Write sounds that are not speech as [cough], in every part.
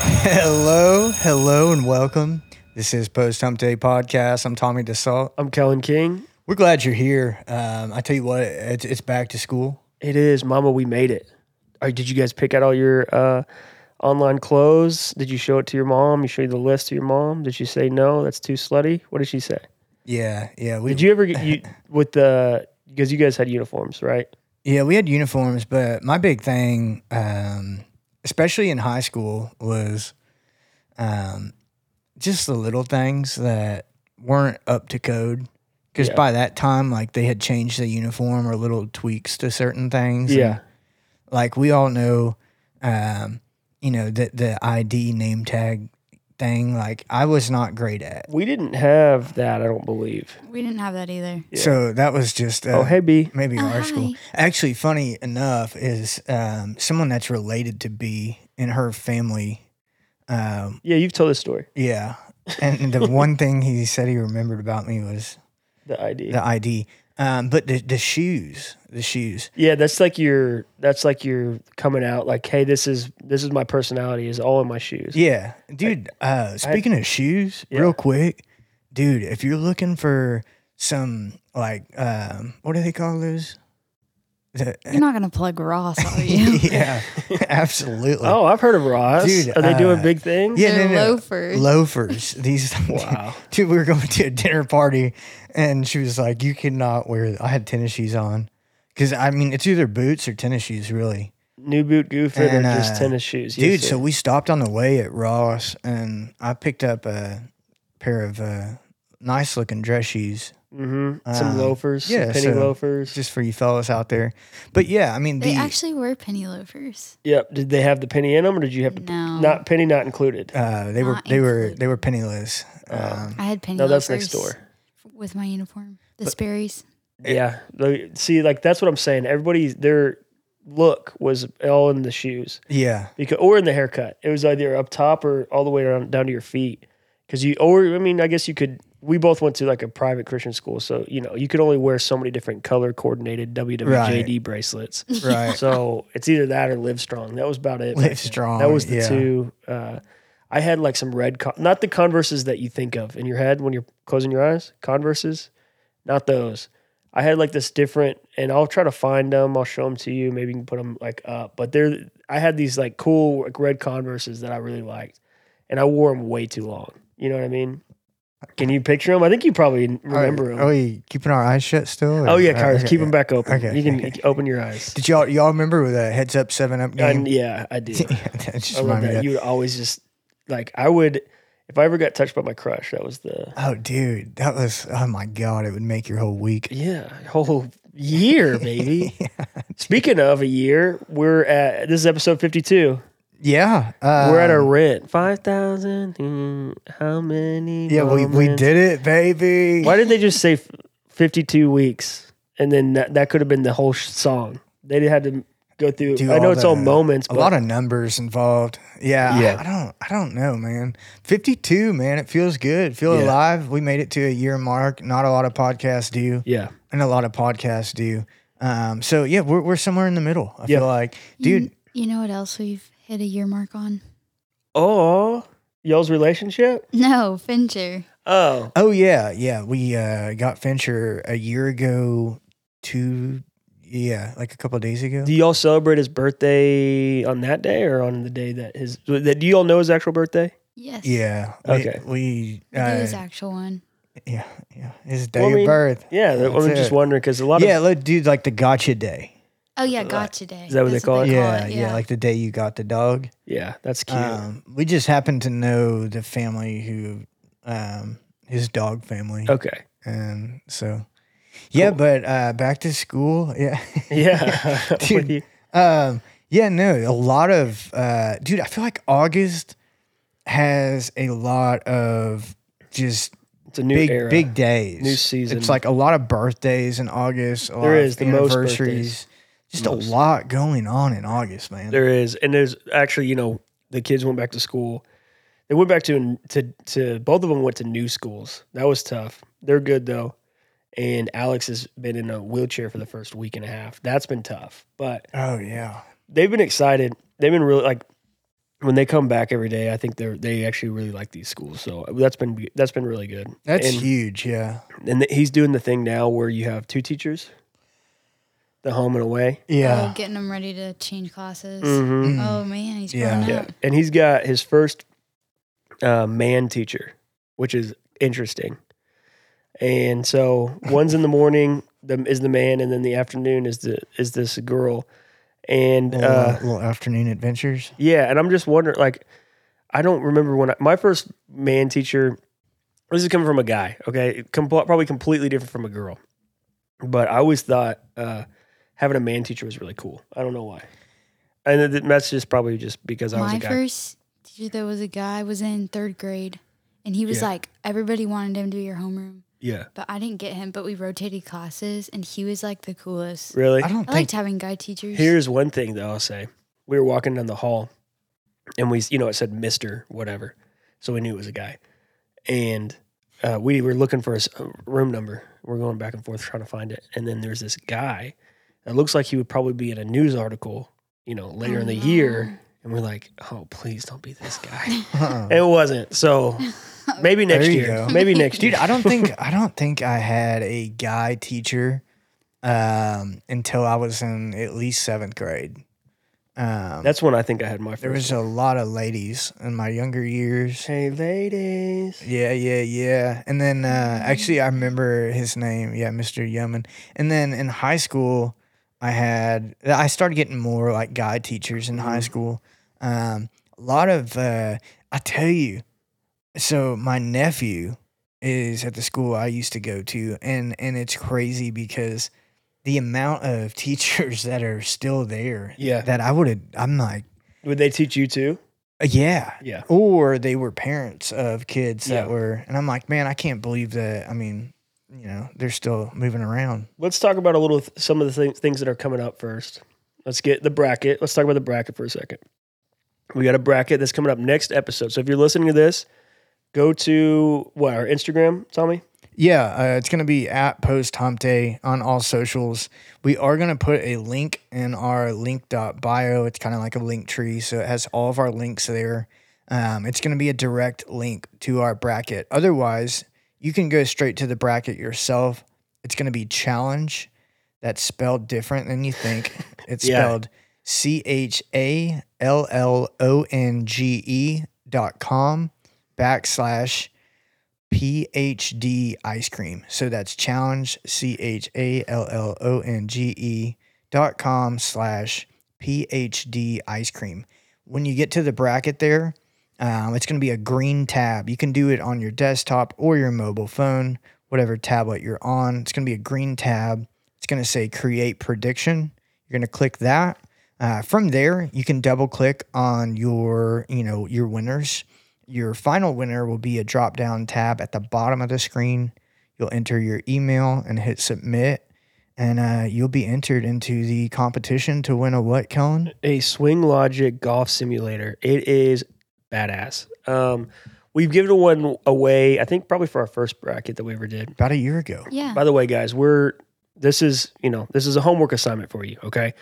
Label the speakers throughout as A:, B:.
A: Hello, hello, and welcome. This is Post Hump Day Podcast. I'm Tommy DeSalt.
B: I'm Kellen King.
A: We're glad you're here. Um, I tell you what, it's, it's back to school.
B: It is Mama. We made it. All right, did you guys pick out all your uh, online clothes? Did you show it to your mom? You showed the list to your mom. Did she say no? That's too slutty. What did she say?
A: Yeah, yeah. We,
B: Did you ever
A: [laughs]
B: get you with the because you guys had uniforms, right?
A: Yeah, we had uniforms, but my big thing, um, especially in high school, was um, just the little things that weren't up to code. Because
B: Yeah.
A: by that time, like they had changed the uniform or little tweaks to certain things. and
B: Yeah.
A: like we all know um you know the the id name tag thing like i was not great at
B: We didn't have that. I don't believe.
C: We didn't have that either.
B: Yeah.
A: so that was just uh,
B: oh hey B.
A: maybe
C: Oh,
A: our school
C: hi.
A: actually funny enough is um someone that's related to b in her family um
B: Yeah, you've told this story.
A: yeah and
B: [laughs]
A: the one thing he said he remembered about me was
B: The ID.
A: the id um but the, the shoes the shoes
B: Yeah, that's like your that's like your coming out. Like, hey, this is this is my personality. Is all in my shoes.
A: Yeah, dude. uh, speaking of shoes,
B: Yeah.
A: real quick, dude. If you're looking for some like um, what do they call those? The-
C: You're not gonna plug Ross, are you?
A: [laughs] yeah, absolutely.
B: Oh, I've heard of Ross.
A: Dude,
B: Are they doing
A: uh,
B: big things?
A: yeah,
C: They're
A: no, no,
C: loafers.
A: Loafers. These. [laughs]
B: Wow.
A: Dude, we were going to a dinner party, and she was like, "You cannot wear." I had tennis shoes on, because I mean, it's either boots or tennis shoes, really.
B: New boot goofer
A: And,
B: or just
A: uh,
B: tennis shoes.
A: Dude,
B: Yes,
A: so
B: sir.
A: we stopped on the way at Ross, and I picked up a pair of uh, nice looking dress shoes
B: Mhm. some
A: um,
B: loafers,
A: yeah,
B: some penny
A: so-
B: loafers.
A: just for you fellas out there. But yeah, I mean, the,
C: They actually were penny loafers.
B: yep. Did they have the penny in them, or did you have to
C: No,
B: not penny not included?
A: uh, they were
C: not
A: they were
C: included.
A: they were penniless.
B: Uh,
A: Um,
C: I had penny.
B: no, that's next
C: loafers
B: door.
C: With my uniform, the Sperry's.
A: It-
B: yeah, the- see, like that's what I'm saying. Everybody's their look was all in the shoes
C: [laughs]
A: yeah,
B: because, or in the haircut. It was either up top or all the way around down to your feet. Because you, or I mean, I guess you could. We both went to like a private Christian school, so you know you could only wear so many different color coordinated WWJD
C: [laughs]
B: bracelets.
A: right.
B: So it's either that or Live Strong. That was about it. back
A: Live
B: then.
A: Strong,
B: That was the
A: yeah.
B: two. Uh, I had like some red, con- not the Converses that you think of in your head when you're closing your eyes. Converses, not those. I had like this different, and I'll try to find them. I'll show them to you. Maybe you can put them like up. But they're, I had these like cool like red Converses that I really liked, and I wore them way too long. You know what I mean? Can you picture them? I think you probably remember
A: are,
B: them.
A: are we keeping our eyes shut still? or-
B: oh yeah,
A: Oh, okay,
B: Kyrus, keep them back open.
A: Okay.
B: You
A: [laughs]
B: can open your eyes.
A: Did y'all y'all remember the heads up seven up
B: I-
A: game?
B: yeah, I
A: [laughs]
B: do.
A: yeah, that just
B: I
A: reminded me.
B: love that.
A: of that.
B: You would always just like I would if I ever got touched by my crush. That was the
A: Oh, dude, that was oh my god! It would make your whole week.
B: yeah whole
A: [laughs]
B: year, baby. Speaking of a year, we're at this is episode fifty two.
A: Yeah,
B: we're at
A: um,
B: our rent five thousand. hmm, how many?
A: Yeah, we, we
B: moments?
A: did it, baby.
B: Why did they just say fifty two weeks? And then that, that could have been the whole sh- song. They had to go through.
A: Do
B: I know
A: all
B: it's all
A: the-
B: moments,
A: a
B: but
A: lot of numbers involved. Yeah,
B: Yeah.
A: I, I don't I don't know, man. 52, man. It feels good. Feel
B: Yeah.
A: alive. We made it to a year mark. Not a lot of podcasts do,
B: yeah,
A: and a lot of podcasts do. Um, so yeah, we're we're somewhere in the middle. I
B: Yeah.
A: feel like, dude.
C: You, you know what else we've hit a year mark on?
B: oh y'all's relationship.
C: No, Fincher.
B: Oh,
A: Oh yeah, yeah. We uh, got Fincher a year ago. Two, yeah, like a couple of days ago.
B: Do y'all celebrate his birthday on that day or on the day that his that do y'all know his actual birthday?
C: Yes.
A: yeah. we-
B: Okay.
A: We,
C: We did his
A: uh,
C: actual one.
A: yeah, yeah. His day
B: Well, I
A: of
B: mean,
A: birth.
B: Yeah, that,
A: That's
B: I'm just
A: it.
B: wondering because a lot
A: Yeah,
B: of
A: let dude like the gotcha day.
C: Oh yeah,
B: Right.
C: gotcha day.
B: Is that what they
C: That's
B: call it?
A: yeah, yeah, like the day you got the dog.
B: yeah, that's cute.
A: Um, we just happen to know the family who, um, his dog family,
B: okay,
A: and so, yeah.
B: Cool.
A: But uh, back to school, [laughs] yeah,
B: [laughs] yeah, I'm with
A: Dude.
B: you.
A: um, yeah. No, a lot of uh, dude. I feel like August has a lot of just
B: it's a new
A: big
B: era.
A: big days,
B: New season.
A: It's like a lot of birthdays in August. A lot
B: There
A: of
B: is the most
A: anniversaries. just
B: Most.
A: a lot going on in August, man.
B: There is, and there's actually, you know, the kids went back to school. They went back to to to both of them went to new schools. That was tough. They're good though, and Alex has been in a wheelchair for the first week and a half. That's been tough, but
A: oh yeah.
B: they've been excited. They've been really like when they come back every day, I think they are they actually really like these schools. So that's been that's been really good.
A: That's
B: and,
A: huge. Yeah.
B: and th- he's doing the thing now where you have two teachers, the home and away.
C: Oh,
A: Yeah.
C: getting them ready to change classes.
B: Mm-hmm.
A: Mm.
C: Oh man, he's
A: Yeah.
C: growing
B: Yeah,
C: up.
B: and he's got his first uh, man teacher, which is interesting. And so one's in the morning the, is the man, and then the afternoon is the is this girl, and
A: Little,
B: uh,
A: uh, little afternoon adventures.
B: yeah, and I'm just wondering, like, I don't remember when I, my first man teacher. This is coming from a guy, okay? Com- probably completely different from a girl, but I always thought uh, having a man teacher was really cool. I don't know why, and th- that's just probably just because I was
C: My
B: a guy.
C: first teacher that was a guy was in third grade, and he was
B: Yeah.
C: like everybody wanted him to be your homeroom,
B: yeah,
C: but I didn't get him. But we rotated classes, and he was like the coolest.
B: really.
A: I don't
C: I
A: think.
C: liked having guy teachers.
B: Here's one thing that I'll say: we were walking down the hall, and we, you know, it said Mister whatever, so we knew it was a guy, and uh, we were looking for a s- a room number. We're going back and forth trying to find it, and then there's this guy that looks like he would probably be in a news article, you know, later
C: Oh,
B: in the
C: no.
B: year, and we're like, oh, please don't be this guy. [laughs]
C: [laughs]
A: uh-uh.
B: it wasn't. So maybe
A: There
B: next
A: you
B: year.
A: go.
B: Maybe
C: [laughs]
B: next
A: Dude,
B: year.
A: I don't think I don't think I had a guy teacher um, until I was in at least seventh grade. Um,
B: That's when I think I had my first.
A: there was
B: one.
A: a lot of ladies in my younger
B: [laughs]
A: years.
B: hey, ladies.
A: Yeah, yeah, yeah. And then uh, actually, I remember his name. Yeah, Mr. Yeoman. And then in high school, I had I started getting more like guy teachers in high school. Um, a lot of uh, I tell you. So my nephew is at the school I used to go to, and and it's crazy because the amount of [laughs] teachers that are still there
B: Yeah.
A: that I would have. I'm like,
B: Would they teach you too?
A: yeah,
B: Yeah.
A: or they were parents of kids
B: Yeah.
A: that were and i'm like man i can't believe that i mean you know they're still moving around
B: Let's talk about a little th- some of the th- things that are coming up first. Let's get the bracket. Let's talk about the bracket for a second. We got a bracket that's coming up next episode. So if you're listening to this, go to what our Instagram, Tommy.
A: yeah uh, it's going to be at post hump day on all socials we are going to put a link in our link.bio it's kind of like a link tree so it has all of our links there um, it's going to be a direct link to our bracket otherwise you can go straight to the bracket yourself it's going to be challenge that's spelled different than you think. It's
B: Yeah.
A: spelled C H A L L O N G E dot com backslash PhD ice cream. So that's challenge C H A L L O N G E dot com slash PhD ice cream. When you get to the bracket there, um, it's going to be a green tab. You can do it on your desktop or your mobile phone, whatever tablet you're on. It's going to be a green tab. It's going to say create prediction. You're going to click that. Uh, from there, you can double click on your, you know, your winners. Your final winner will be a drop down tab at the bottom of the screen. You'll enter your email and hit submit, and uh, you'll be entered into the competition to win a what, Kellen?
B: A Swing Logic golf simulator. It is badass. Um, we've given one away. I think probably for our first bracket that we ever did.
A: About a year ago.
C: yeah.
B: By the way, guys, we're this is you know this is a homework assignment for you. Okay,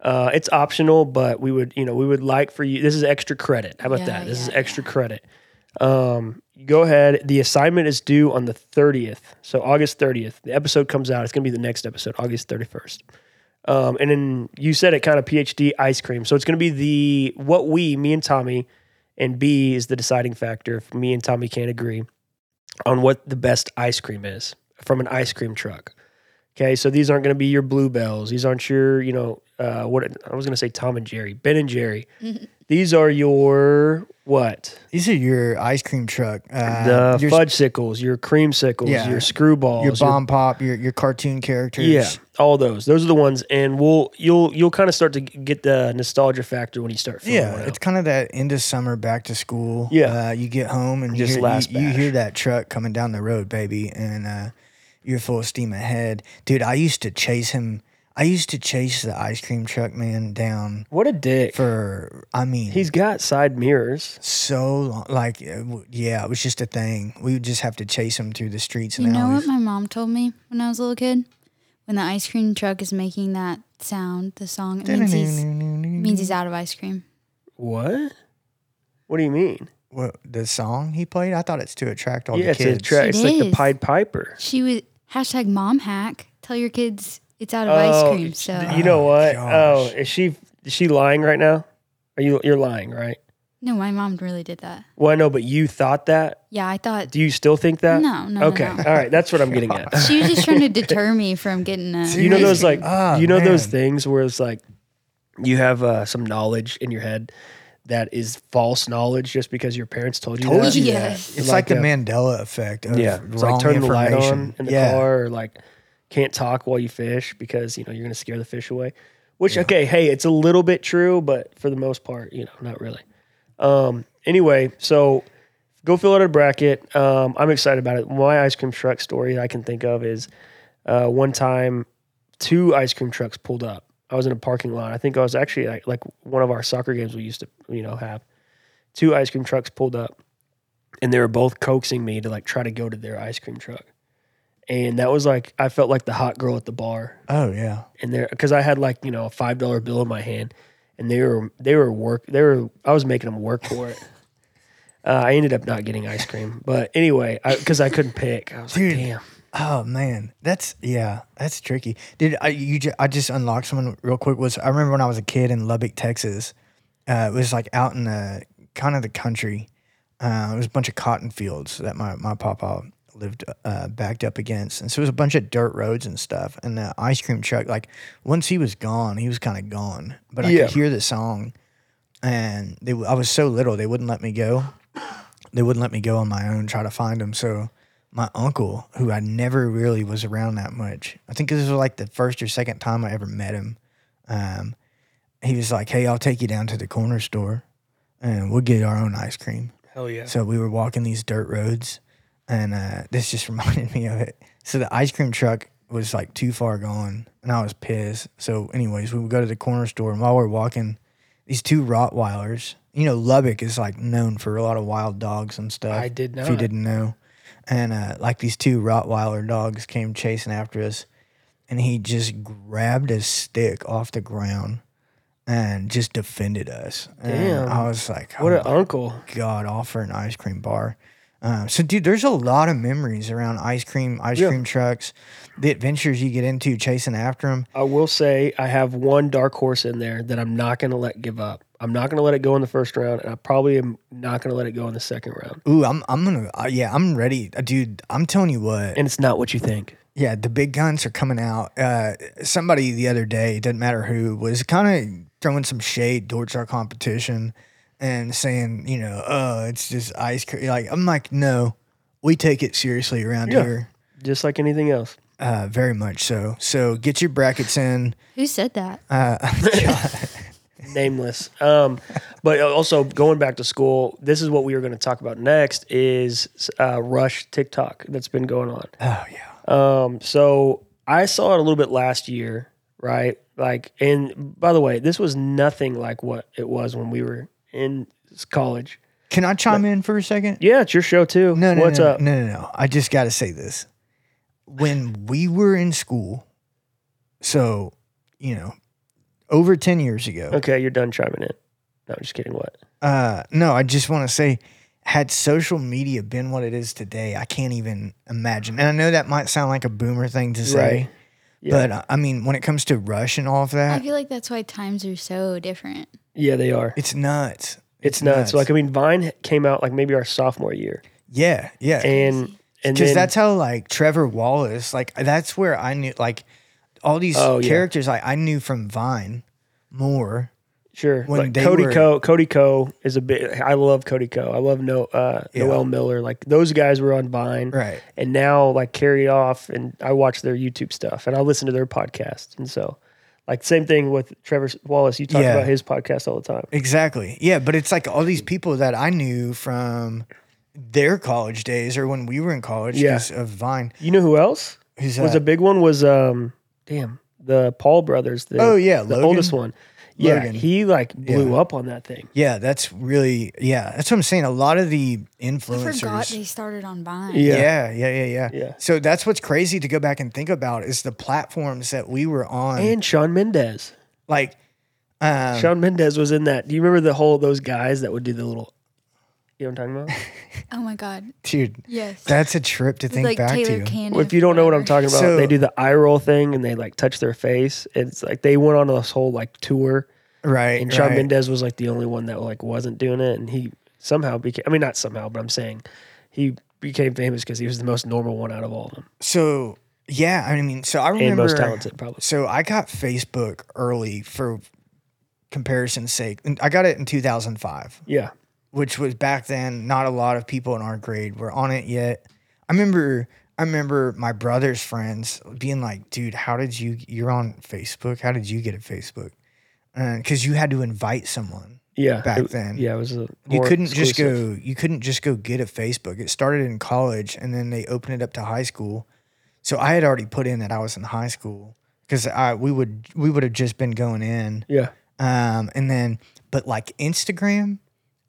B: uh, it's optional, but we would you know we would like for you. This is extra credit. How about
C: Yeah,
B: that? This
C: yeah,
B: is extra credit. Um, go ahead. The assignment is due on the thirtieth, so August thirtieth. The episode comes out. It's going to be the next episode, August thirty first. Um, and then you said it kind of PhD ice cream. So it's going to be the what we, me and Tommy, and B is the deciding factor if me and Tommy can't agree on what the best ice cream is from an ice cream truck. Okay, so these aren't going to be your bluebells. These aren't your, you know, uh, what I was going to say, Tom and Jerry, Ben and Jerry.
C: [laughs]
B: these are your what?
A: These are your ice cream truck. Uh,
B: The
A: your,
B: fudge sickles, your cream sickles,
A: Yeah.
B: your screwballs,
A: your bomb pop, your, your cartoon characters.
B: yeah, all those. Those are the ones, and we'll you'll you'll kind of start to g- get the nostalgia factor when you start. Filling
A: Yeah,
B: one out.
A: it's kind of that end of summer, back to school. uh,
B: Yeah.
A: you get home and you
B: Just
A: hear- you,
B: last
A: you,
B: bash.
A: hear that truck coming down the road, baby, and uh, you're full steam ahead, dude. I used to chase him. I used to chase the ice cream truck man down
B: what a dick.
A: for. I mean,
B: He's got side mirrors.
A: so long. Like, uh, w- yeah, it was just a thing. We would just have to chase him through the streets and
C: you know
A: alleys.
C: what my mom told me when I was a little kid? When the ice cream truck is
A: [laughs]
C: making that sound, the song, it means he's, it means he's out of ice cream.
B: What? What do you mean?
A: What the song he played? I thought it's to attract all
B: yeah,
A: the
B: it's
A: kids.
B: a
C: [laughs]
B: track.
C: It
B: It's like the
C: is.
B: Pied Piper.
C: She was hashtag mom hack. Tell your kids it's out of
B: Oh,
C: ice cream. So
B: You know
A: Oh,
B: what?
A: gosh.
B: Oh, is she is she lying right now? Are you you're lying, right?
C: no, my mom really did that.
B: Well, I know, but you thought that.
C: Yeah, I thought
B: Do you still think that?
C: no, no,
B: Okay.
C: no.
B: All right. That's what I'm getting
A: [laughs]
B: at.
C: She was just trying [laughs] to deter me from getting uh, a.
A: See,
B: you know those
A: Seriously.
B: like
A: Ah,
B: you know those
A: man.
B: things where it's like you have uh, some knowledge in your head that is false knowledge just because your parents told you
A: Told
B: that.
A: you that.
C: Yes.
A: It's like,
B: a-
A: the Mandela effect of
B: yeah
A: wrong
B: it's like turn the light
A: information.
B: on in the
A: yeah.
B: car or like can't talk while you fish because you know you're gonna scare the fish away which okay hey it's a little bit true but for the most part you know not really um anyway so go fill out a bracket um i'm excited about it my ice cream truck story i can think of is uh one time two ice cream trucks pulled up i was in a parking lot i think i was actually like, like one of our soccer games we used to you know have two ice cream trucks pulled up and they were both coaxing me to like try to go to their ice cream truck. And that was like I felt like the hot girl at the bar,
A: Oh yeah.
B: and there because I had like you know a five dollar bill in my hand, and they were they were work they were I was making them work for it. uh, I ended up not getting ice cream, but anyway, because I, couldn't pick, I was
A: Dude.
B: like, damn.
A: Oh man, that's yeah, that's tricky. Did I you ju- I just unlocked someone real quick? Was I remember when I was a kid in Lubbock, Texas? Uh, it was like out in the kind of the country. Uh, it was a bunch of cotton fields that my my papa lived uh, backed up against, and so it was a bunch of dirt roads and stuff. And the ice cream truck, like once he was gone, he was kind of gone, but I
B: Yeah.
A: could hear the song. And they, w- I was so little, they wouldn't let me go they wouldn't let me go on my own try to find him. So my uncle, who I never really was around that much, I think this was like the first or second time I ever met him. Um, he was like, "Hey, I'll take you down to the corner store, and we'll get our own ice cream."
B: Hell yeah!
A: So we were walking these dirt roads, and uh, this just [laughs] reminded me of it. So the ice cream truck was like too far gone, and I was pissed. So, anyways, we would go to the corner store, and while we're walking, these two Rottweilers, you know, Lubbock is like known for a lot of wild dogs and stuff.
B: I did
A: If you
B: not.
A: didn't know. And uh, like these two Rottweiler dogs came chasing after us, and he just grabbed a stick off the ground and just defended us.
B: Damn.
A: And I was like,
B: What
A: "Oh
B: an uncle!
A: God, all for an ice cream bar. Um, so, dude, there's a lot of memories around ice cream, ice
B: Yeah.
A: cream trucks, the adventures you get into chasing after them.
B: I will say I have one dark horse in there that I'm not going to let give up. I'm not going to let it go in the first round, and I probably am not going to let it go in the second round.
A: Ooh, I'm, I'm gonna, uh, yeah, I'm ready, uh, dude. I'm telling you what,
B: And it's not what you think.
A: yeah, the big guns are coming out. Uh, somebody the other day, doesn't matter who, was kind of throwing some shade towards our competition and saying, you know, oh, it's just ice cream. Like, I'm like, no, we take it seriously around
B: Yeah.
A: here,
B: just like anything else.
A: uh, very much so. So, get your brackets in.
C: Who said that?
B: Nameless. Um, but also going back to school, this is what we are going to talk about next is uh, Rush TikTok that's been going on.
A: Oh yeah.
B: Um, so I saw it a little bit last year, right? Like, and by the way, this was nothing like what it was when we were in college.
A: Can I chime in for a second?
B: Yeah, it's your show too.
A: No, no,
B: What's
A: no,
B: up?
A: No, no, no. I just got to say this. When we were in school, so you know, over ten years ago.
B: Okay, you're done chiming in. No, I'm just kidding. What?
A: Uh, no, I just want to say, had social media been what it is today, I can't even imagine. And I know that might sound like a boomer thing to say,
B: Right. Yeah.
A: but uh, I mean, when it comes to Rush and all of
C: I
A: that,
C: feel like that's why times are so different.
B: Yeah, they are.
A: it's nuts.
B: It's nuts. Like, uh, I mean, Vine came out like maybe our sophomore year,
A: yeah, yeah.
B: and and
A: because
B: then,
A: that's how like Trevor Wallace, like that's where I knew like all these
B: Oh, yeah.
A: characters like I knew from Vine more.
B: Sure.
A: when
B: like
A: they
B: Cody
A: were-
B: Co. Cody Co. is a big. I love Cody Co. I love no uh,
A: Yeah.
B: Noel Miller. Like those guys were on Vine,
A: Right.
B: and now like carry off, and I watch their YouTube stuff, and I listen to their podcast, and so like same thing with Trevor Wallace. You talk
A: Yeah.
B: about his podcast all the time.
A: Exactly. Yeah, but it's like all these people that I knew from their college days or when we were in college
B: Yeah.
A: 'cause of Vine.
B: You know who else
A: Who's
B: was a
A: that?
B: big one? Was um damn the Paul brothers. The,
A: Oh, yeah,
B: the
A: Logan?
B: oldest one. Yeah,
A: Logan.
B: he like blew
A: Yeah.
B: up on that thing.
A: yeah, that's really yeah, that's what I'm saying. A lot of the
C: I forgot
A: influencers.
C: they started on Vine.
B: Yeah.
A: Yeah. yeah, yeah, yeah,
B: Yeah.
A: So that's what's crazy to go back and think about is the platforms that we were on.
B: And Sean Mendez.
A: like um,
B: Sean Mendez was in that. Do you remember the whole those guys that would do the little You know what I'm talking
A: [laughs]
C: Oh my god.
A: dude.
C: Yes.
A: That's a trip to
C: It's
A: think
C: like
A: back
C: Taylor
A: to.
C: Cannon.
B: about? if you don't know what I'm talking about,
A: So-
B: they do the eye roll thing and they like touch their face. It's like they went on this whole like tour
A: Right.
B: and Shawn
A: right.
B: Mendez was like the only one that like wasn't doing it, and he somehow became. I mean, not somehow, but I'm saying he became famous because he was the most normal one out of all of them
A: So yeah, I mean, so I
B: and
A: remember.
B: most talented, probably.
A: So I got Facebook early for comparison's sake. And I got it in 2005,
B: Yeah,
A: which was back then. Not a lot of people in our grade were on it yet. I remember. I remember my brother's friends being like, "Dude, how did you? You're on Facebook. How did you get a Facebook? Because you had to invite someone.
B: yeah.
A: Back
B: It-
A: then.
B: yeah, it was. A
A: You
B: more
A: couldn't just
B: exclusive.
A: go. You couldn't just go get a Facebook. It started in college, and then they opened it up to high school. So I had already put in that I was in high school because I we would we would have just been going in.
B: Yeah,
A: Um, and then, but like Instagram,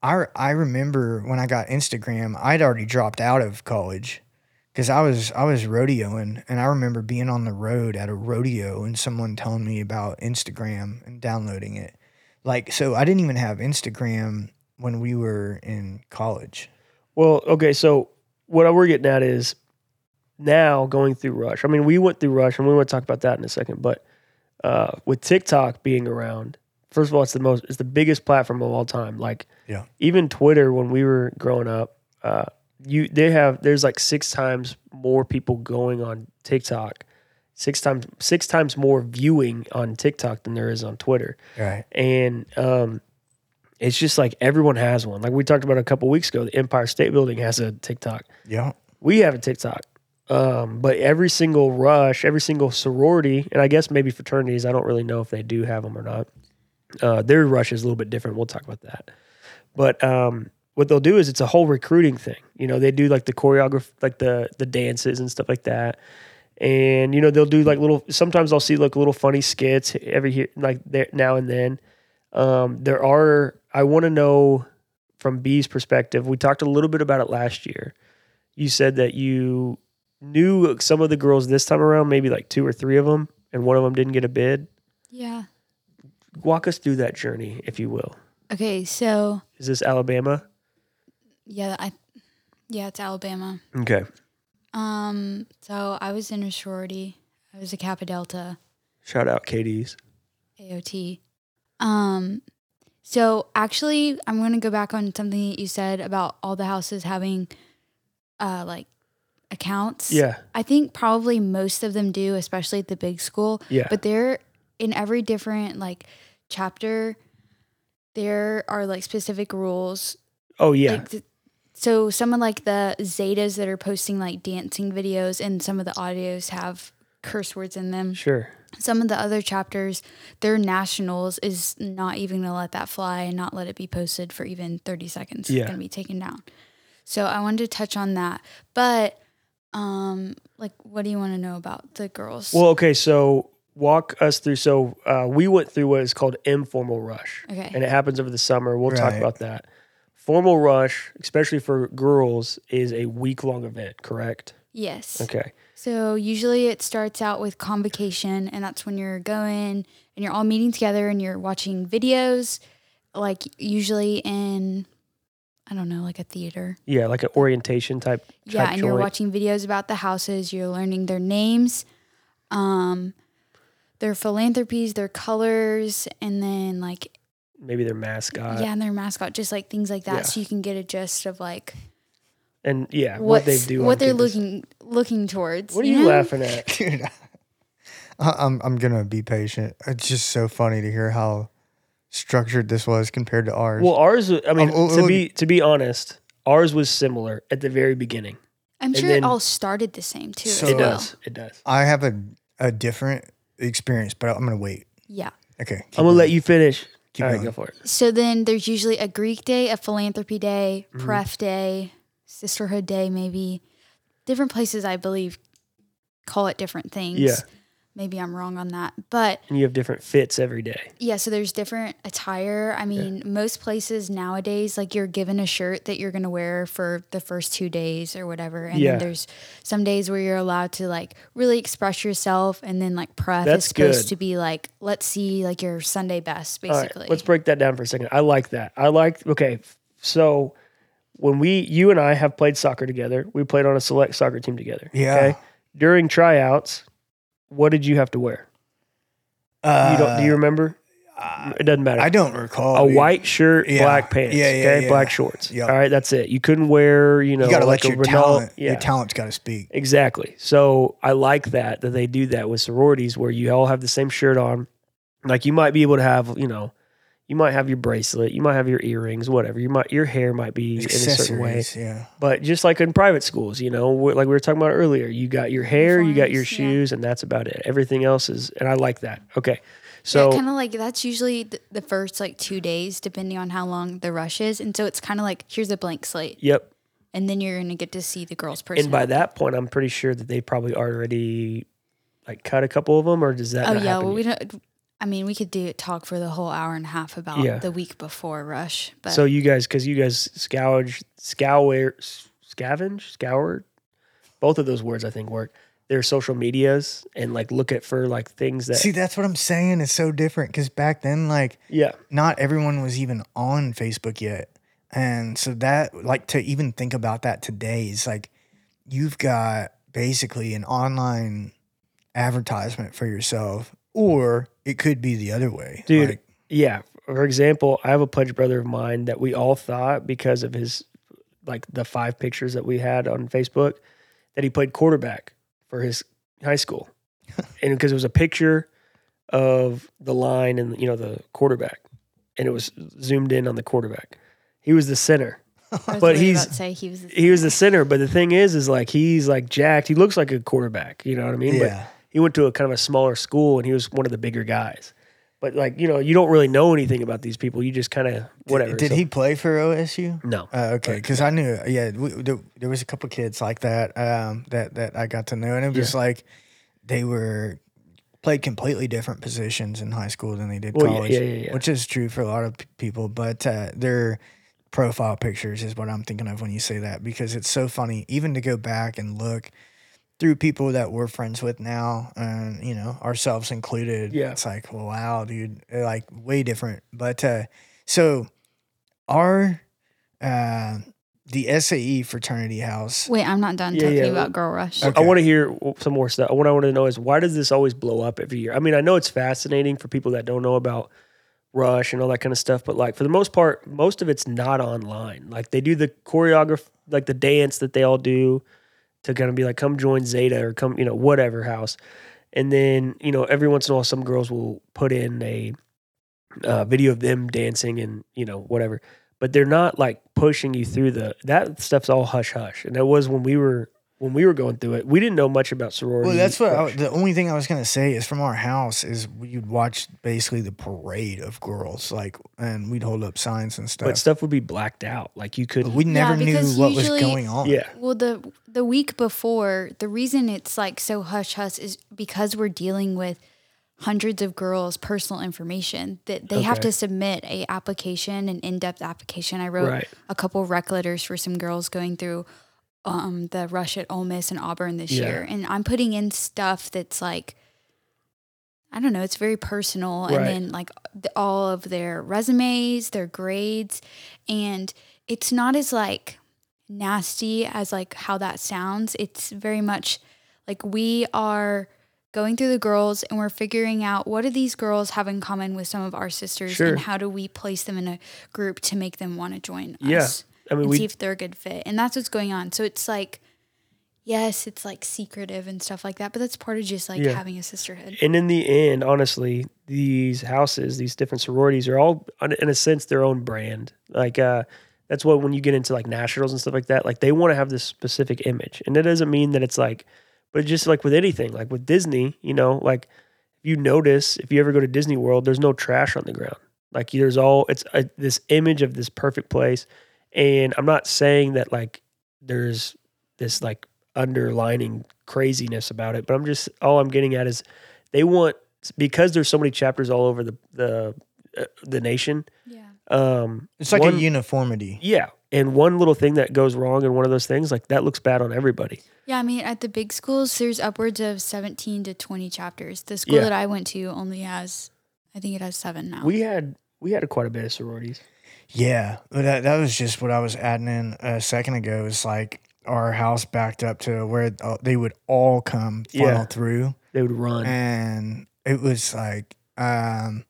A: I I remember when I got Instagram, I'd already dropped out of college because I was I was rodeoing, and I remember being on the road at a rodeo and someone telling me about Instagram and downloading it. Like, so I didn't even have Instagram when we were in college.
B: Well, okay, so what we're getting at is now going through Rush. I mean, we went through Rush, and we want to talk about that in a second. But uh, with TikTok being around, first of all, it's the most, it's the biggest platform of all time. Like,
A: Yeah.
B: even Twitter when we were growing up, uh, you they have there's like six times more people going on TikTok, six times six times more viewing on TikTok than there is on Twitter
A: Right.
B: and um, it's just like everyone has one. Like we talked about a couple weeks ago, the Empire State Building has a TikTok.
A: Yeah. [laughs]
B: We have a TikTok, um, but every single rush, every single sorority, and I guess maybe fraternities, I don't really know if they do have them or not. Uh, their rush is a little bit different. We'll talk about that. But um, what they'll do is it's a whole recruiting thing. You know, they do like the choreograph, like the the dances and stuff like that. And you know, they'll do like little. Sometimes I'll see like little funny skits every here, like there now and then. Um, there are. I want to know from B's perspective. We talked a little bit about it last year. You said that you knew some of the girls this time around, maybe like two or three of them, and one of them didn't get a bid.
C: Yeah.
B: Walk us through that journey, if you will.
C: Okay, so
B: Is this Alabama?
C: yeah, I yeah, it's Alabama.
B: Okay.
C: Um, so I was in a sorority. I was a Kappa Delta
B: Shout out KD's.
C: AOT. Um, so actually, I'm going to go back on something that you said about all the houses having, uh, like accounts.
B: Yeah.
C: I think probably most of them do, especially at the big school.
B: Yeah.
C: But there, in every different like chapter, there are like specific rules
B: oh yeah.
C: like th- so some of like the Zetas that are posting like dancing videos and some of the audios have curse words in them.
B: sure.
C: Some of the other chapters, their nationals is not even gonna let that fly and not let it be posted for even 30 seconds.
B: Yeah.
C: It's gonna be taken down. So I wanted to touch on that. But um like what do you want to know about the girls?
B: Well, okay. So walk us through. So uh, we went through what is called informal rush,
C: okay.
B: and it happens over the summer. We'll talk
A: Right.
B: about that. Formal rush, especially for girls, is a week long event. Correct.
C: yes.
B: Okay.
C: So usually it starts out with convocation, and that's when you're going and you're all meeting together and you're watching videos, like usually in, I don't know, like a theater.
B: Yeah, like an orientation type.
C: Yeah,
B: type
C: and you're
B: joint.
C: watching videos about the houses. You're learning their names, um, their philanthropies, their colors, and then like
B: Maybe their mascot.
C: yeah, and their mascot, just like things like that.
B: Uh, yeah.
C: So you can get a gist of like
B: And yeah, what
C: what's-
B: they do.
C: what
B: on
C: they're
B: campus.
C: looking looking towards.
B: What are you
C: know?
B: laughing at?
A: Dude, I, I'm I'm gonna be patient. It's just so funny to hear how structured this was compared to ours.
B: Well, ours. I mean,
A: Um, well,
B: to
A: well,
B: be to be honest, ours was similar at the very beginning.
C: I'm sure
B: then-
C: it all started the same too.
A: So-
C: as
B: it
C: well.
B: does. It does.
A: I have a a different experience, but I'm gonna wait.
C: Yeah.
A: Okay.
B: I'm gonna let you finish.
A: Keep
B: All right,
A: going.
B: go for it.
C: So then there's usually a Greek day, a philanthropy day,
B: Mm-hmm.
C: Pref day, sisterhood day, maybe. Different places, I believe, call it different things.
B: Yeah.
C: Maybe I'm wrong on that. But
B: And you have different fits every day.
C: yeah, so there's different attire. I mean, most places nowadays, like you're given a shirt that you're going to wear for the first two days or whatever. And
B: Yeah.
C: then there's some days where you're allowed to like really express yourself. And then like Pref
B: That's
C: is supposed
B: good.
C: to be like, let's see like your Sunday best,
B: All right,
C: basically.
B: let's break that down for a second. I like that. I like. Okay, so when we you and I have played soccer together, we played on a select soccer team together.
A: Yeah.
B: During tryouts, what did you have to wear?
A: Uh,
B: you don't do you remember?
A: I,
B: It doesn't matter.
A: Uh, I don't recall.
B: a
A: dude.
B: white shirt,
A: Oh, Yeah.
B: black pants,
A: Yeah, yeah,
B: okay,
A: yeah.
B: black shorts.
A: Yep.
B: All right, that's it. You couldn't wear, you know,
A: you got to
B: like
A: let
B: a
A: your
B: Ronaldo-
A: talent.
B: Yeah,
A: Your talent's got to speak.
B: exactly. So I like that that they do that with sororities where you all have the same shirt on. Like you might be able to have, you know, you might have your bracelet, you might have your earrings, whatever. You might your hair might be in a certain way.
A: Accessories. Yeah.
B: But just like in private schools, you know, wh- like we were talking about earlier, you got your hair, you got your
C: Uniforms, yeah.
B: shoes, and that's about it. Everything else is, and I like that. Okay,
C: So
B: so
C: kind of like that's usually th- the first like two days, depending on how long the rush is, and so it's kind of like here's a blank slate,
B: yep.
C: and then you're gonna get to see the girl's person.
B: And by that point, I'm pretty sure that they probably already like cut a couple of them, or does that?
C: oh
B: not
C: yeah,
B: happen
C: well we
B: yet?
C: don't. I mean, we could do talk for the whole hour and a half about
B: Yeah.
C: the week before rush, but
B: So you guys, because you guys scourge, scour, s- scavenge, scoured, both of those words I think work. Their social medias and like look at for like things that
A: See, that's what I'm saying. It's so different because back then, like,
B: yeah
A: not everyone was even on Facebook yet. And so that like to even think about that today is like you've got basically an online advertisement for yourself or it could be the other way.
B: Dude.
A: Like,
B: Yeah. For example, I have a pledge brother of mine that we all thought because of his like the five pictures that we had on Facebook that he played quarterback for his high school. and because it was a picture of the line and you know the quarterback and it was zoomed in on the quarterback. He was the center.
C: I was
B: but
C: literally
B: he's-
C: about to say he was.
B: He was the center, but the thing is is like he's like jacked. He looks like a quarterback, you know what I mean? But
A: yeah.
B: he went to a kind of a smaller school and he was one of the bigger guys. But like you know, you don't really know anything about these people. You just kind of whatever.
A: Did
B: So-
A: he play for OSU?
B: No.
A: Uh, okay, because I knew, yeah, we, there, there was a couple kids like that um, that that I got to know, and it was
B: Yeah.
A: just like they were played completely different positions in high school than they did
B: Well, yeah,
A: college,
B: yeah, yeah, yeah.
A: which is true for a lot of p- people. But uh, their profile pictures is what I'm thinking of when you say that because it's so funny, even to go back and look through people that we're friends with now, and you know ourselves included.
B: Yeah.
A: it's like wow, dude, like way different. But uh, so our uh, the SAE fraternity house.
C: Wait, I'm not done
B: Yeah,
C: talking
B: yeah.
C: about girl rush.
A: Okay.
B: I want to hear some more stuff. What I want to know is why does this always blow up every year? I mean, I know it's fascinating for people that don't know about Rush and all that kind of stuff, but like for the most part, most of it's not online. Like they do the choreograph, like the dance that they all do to kind of be like, come join Zeta or come, you know, whatever house. And then you know, every once in a while, some girls will put in a uh, video of them dancing and you know whatever, but they're not like pushing you through the that stuff's all hush hush. And that was when we were when we were going through it. We didn't know much about sorority.
A: Well, that's what I,
B: culture.
A: the only thing I was gonna say is from our house is we'd watch basically the parade of girls, like, and we'd hold up signs and stuff.
B: but stuff would be blacked out. Like you could,
A: But we never knew
C: because
A: what was
C: usually-
A: going on.
B: yeah,
C: Well, the the week before, the reason it's like so hush hush is because we're dealing with hundreds of girls' personal information that they have
B: Okay.
C: to submit a application, an in depth application. I wrote
B: Right.
C: a couple rec letters for some girls going through um, the rush at Ole Miss and Auburn this
B: Yeah.
C: year, and I'm putting in stuff that's like. I don't know. It's very personal,
B: Right.
C: and then like the, all of their resumes, their grades, and it's not as like nasty as like how that sounds. It's very much like we are going through the girls and we're figuring out what do these girls have in common with some of our sisters
B: Sure.
C: and how do we place them in a group to make them want to join
B: Yeah.
C: us
B: I mean,
C: and see
B: we
C: if they're a good fit. And that's what's going on. So it's like yes, it's like secretive and stuff like that, but that's part of just like
B: Yeah.
C: having a sisterhood.
B: and in the end, honestly, these houses, these different sororities are all, in- in a sense, their own brand. Like, uh, that's what when you get into like nationals and stuff like that, like they want to have this specific image. And that doesn't mean that it's like, but just like with anything, like with Disney, you know, like if you notice, if you ever go to Disney World, there's no trash on the ground. Like, there's all, it's a, this image of this perfect place. And I'm not saying that like there's this like underlining craziness about it, but I'm just, all I'm getting at is, they want because there's so many chapters all over the the uh, the nation.
C: Yeah.
B: Um,
A: it's like
B: one-
A: a uniformity.
B: yeah, and one little thing that goes wrong in one of those things, like that looks bad on everybody.
C: Yeah, I mean, at the big schools, there's upwards of 17 to 20 chapters. The school
B: Yeah.
C: that I went to only has, I think it has seven now.
B: We had we had quite a bit of sororities.
A: Yeah, but that, that was just what I was adding in a second ago. It's like our house backed up to where uh, they would all come funnel
B: Yeah.
A: through,
B: They would run.
A: and it was like um,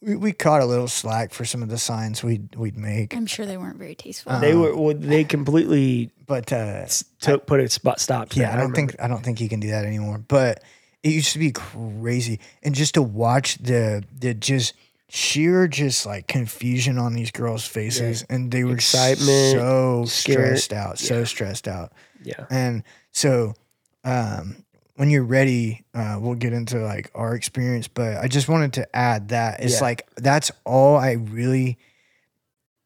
A: we, we caught a little slack for some of the signs we'd we'd make,
C: I'm sure they weren't very tasteful.
A: Uh,
B: they were. Well, they completely
A: but uh,
B: s- took, put a spot stop. To
A: yeah,
B: that.
A: I don't think
B: remember.
A: I don't think you can do that anymore. But it used to be crazy, and just to watch the the just sheer just like confusion on these girls' faces, and they were
B: Excitement,
A: so
B: scared.
A: stressed out, so
B: Yeah.
A: stressed out.
B: Yeah,
A: And so, um, when you're ready, uh, we'll get into like our experience. But I just wanted to add that it's
B: Yeah.
A: like that's all I really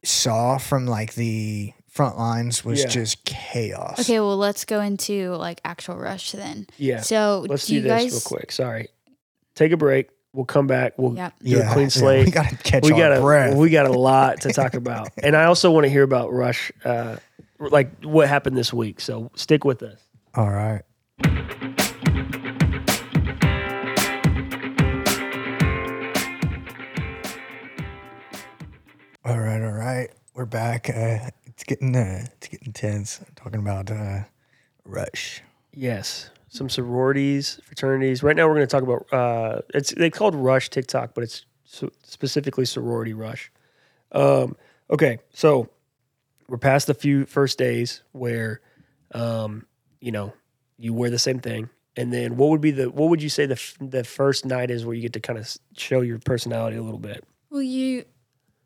A: saw from like the front lines was
B: Yeah.
A: just chaos.
C: Okay, well, let's go into like actual rush then.
B: yeah.
C: So
B: Let's
C: do
B: do,
C: you
B: this
C: guys?
B: real quick. Sorry. Take a break. We'll come back. We'll
C: Yep.
B: do a clean slate.
A: we gotta catch
B: we
A: our
B: got a
A: breath.
B: we got a lot
A: [laughs]
B: to talk about, and I also want to hear about Rush, uh, like what happened this week. So stick with us.
A: All right. All right, all right. We're back. Uh, it's getting uh, it's getting tense. talking about uh, rush.
B: Yes, some sororities, fraternities. Right now, we're going to talk about uh, it's they called Rush TikTok, but it's so specifically sorority Rush. Um, okay, so we're past the few first days where, um, you know, you wear the same thing, and then what would be the what would you say the f- the first night is where you get to kind of show your personality a little bit?
C: Well, you.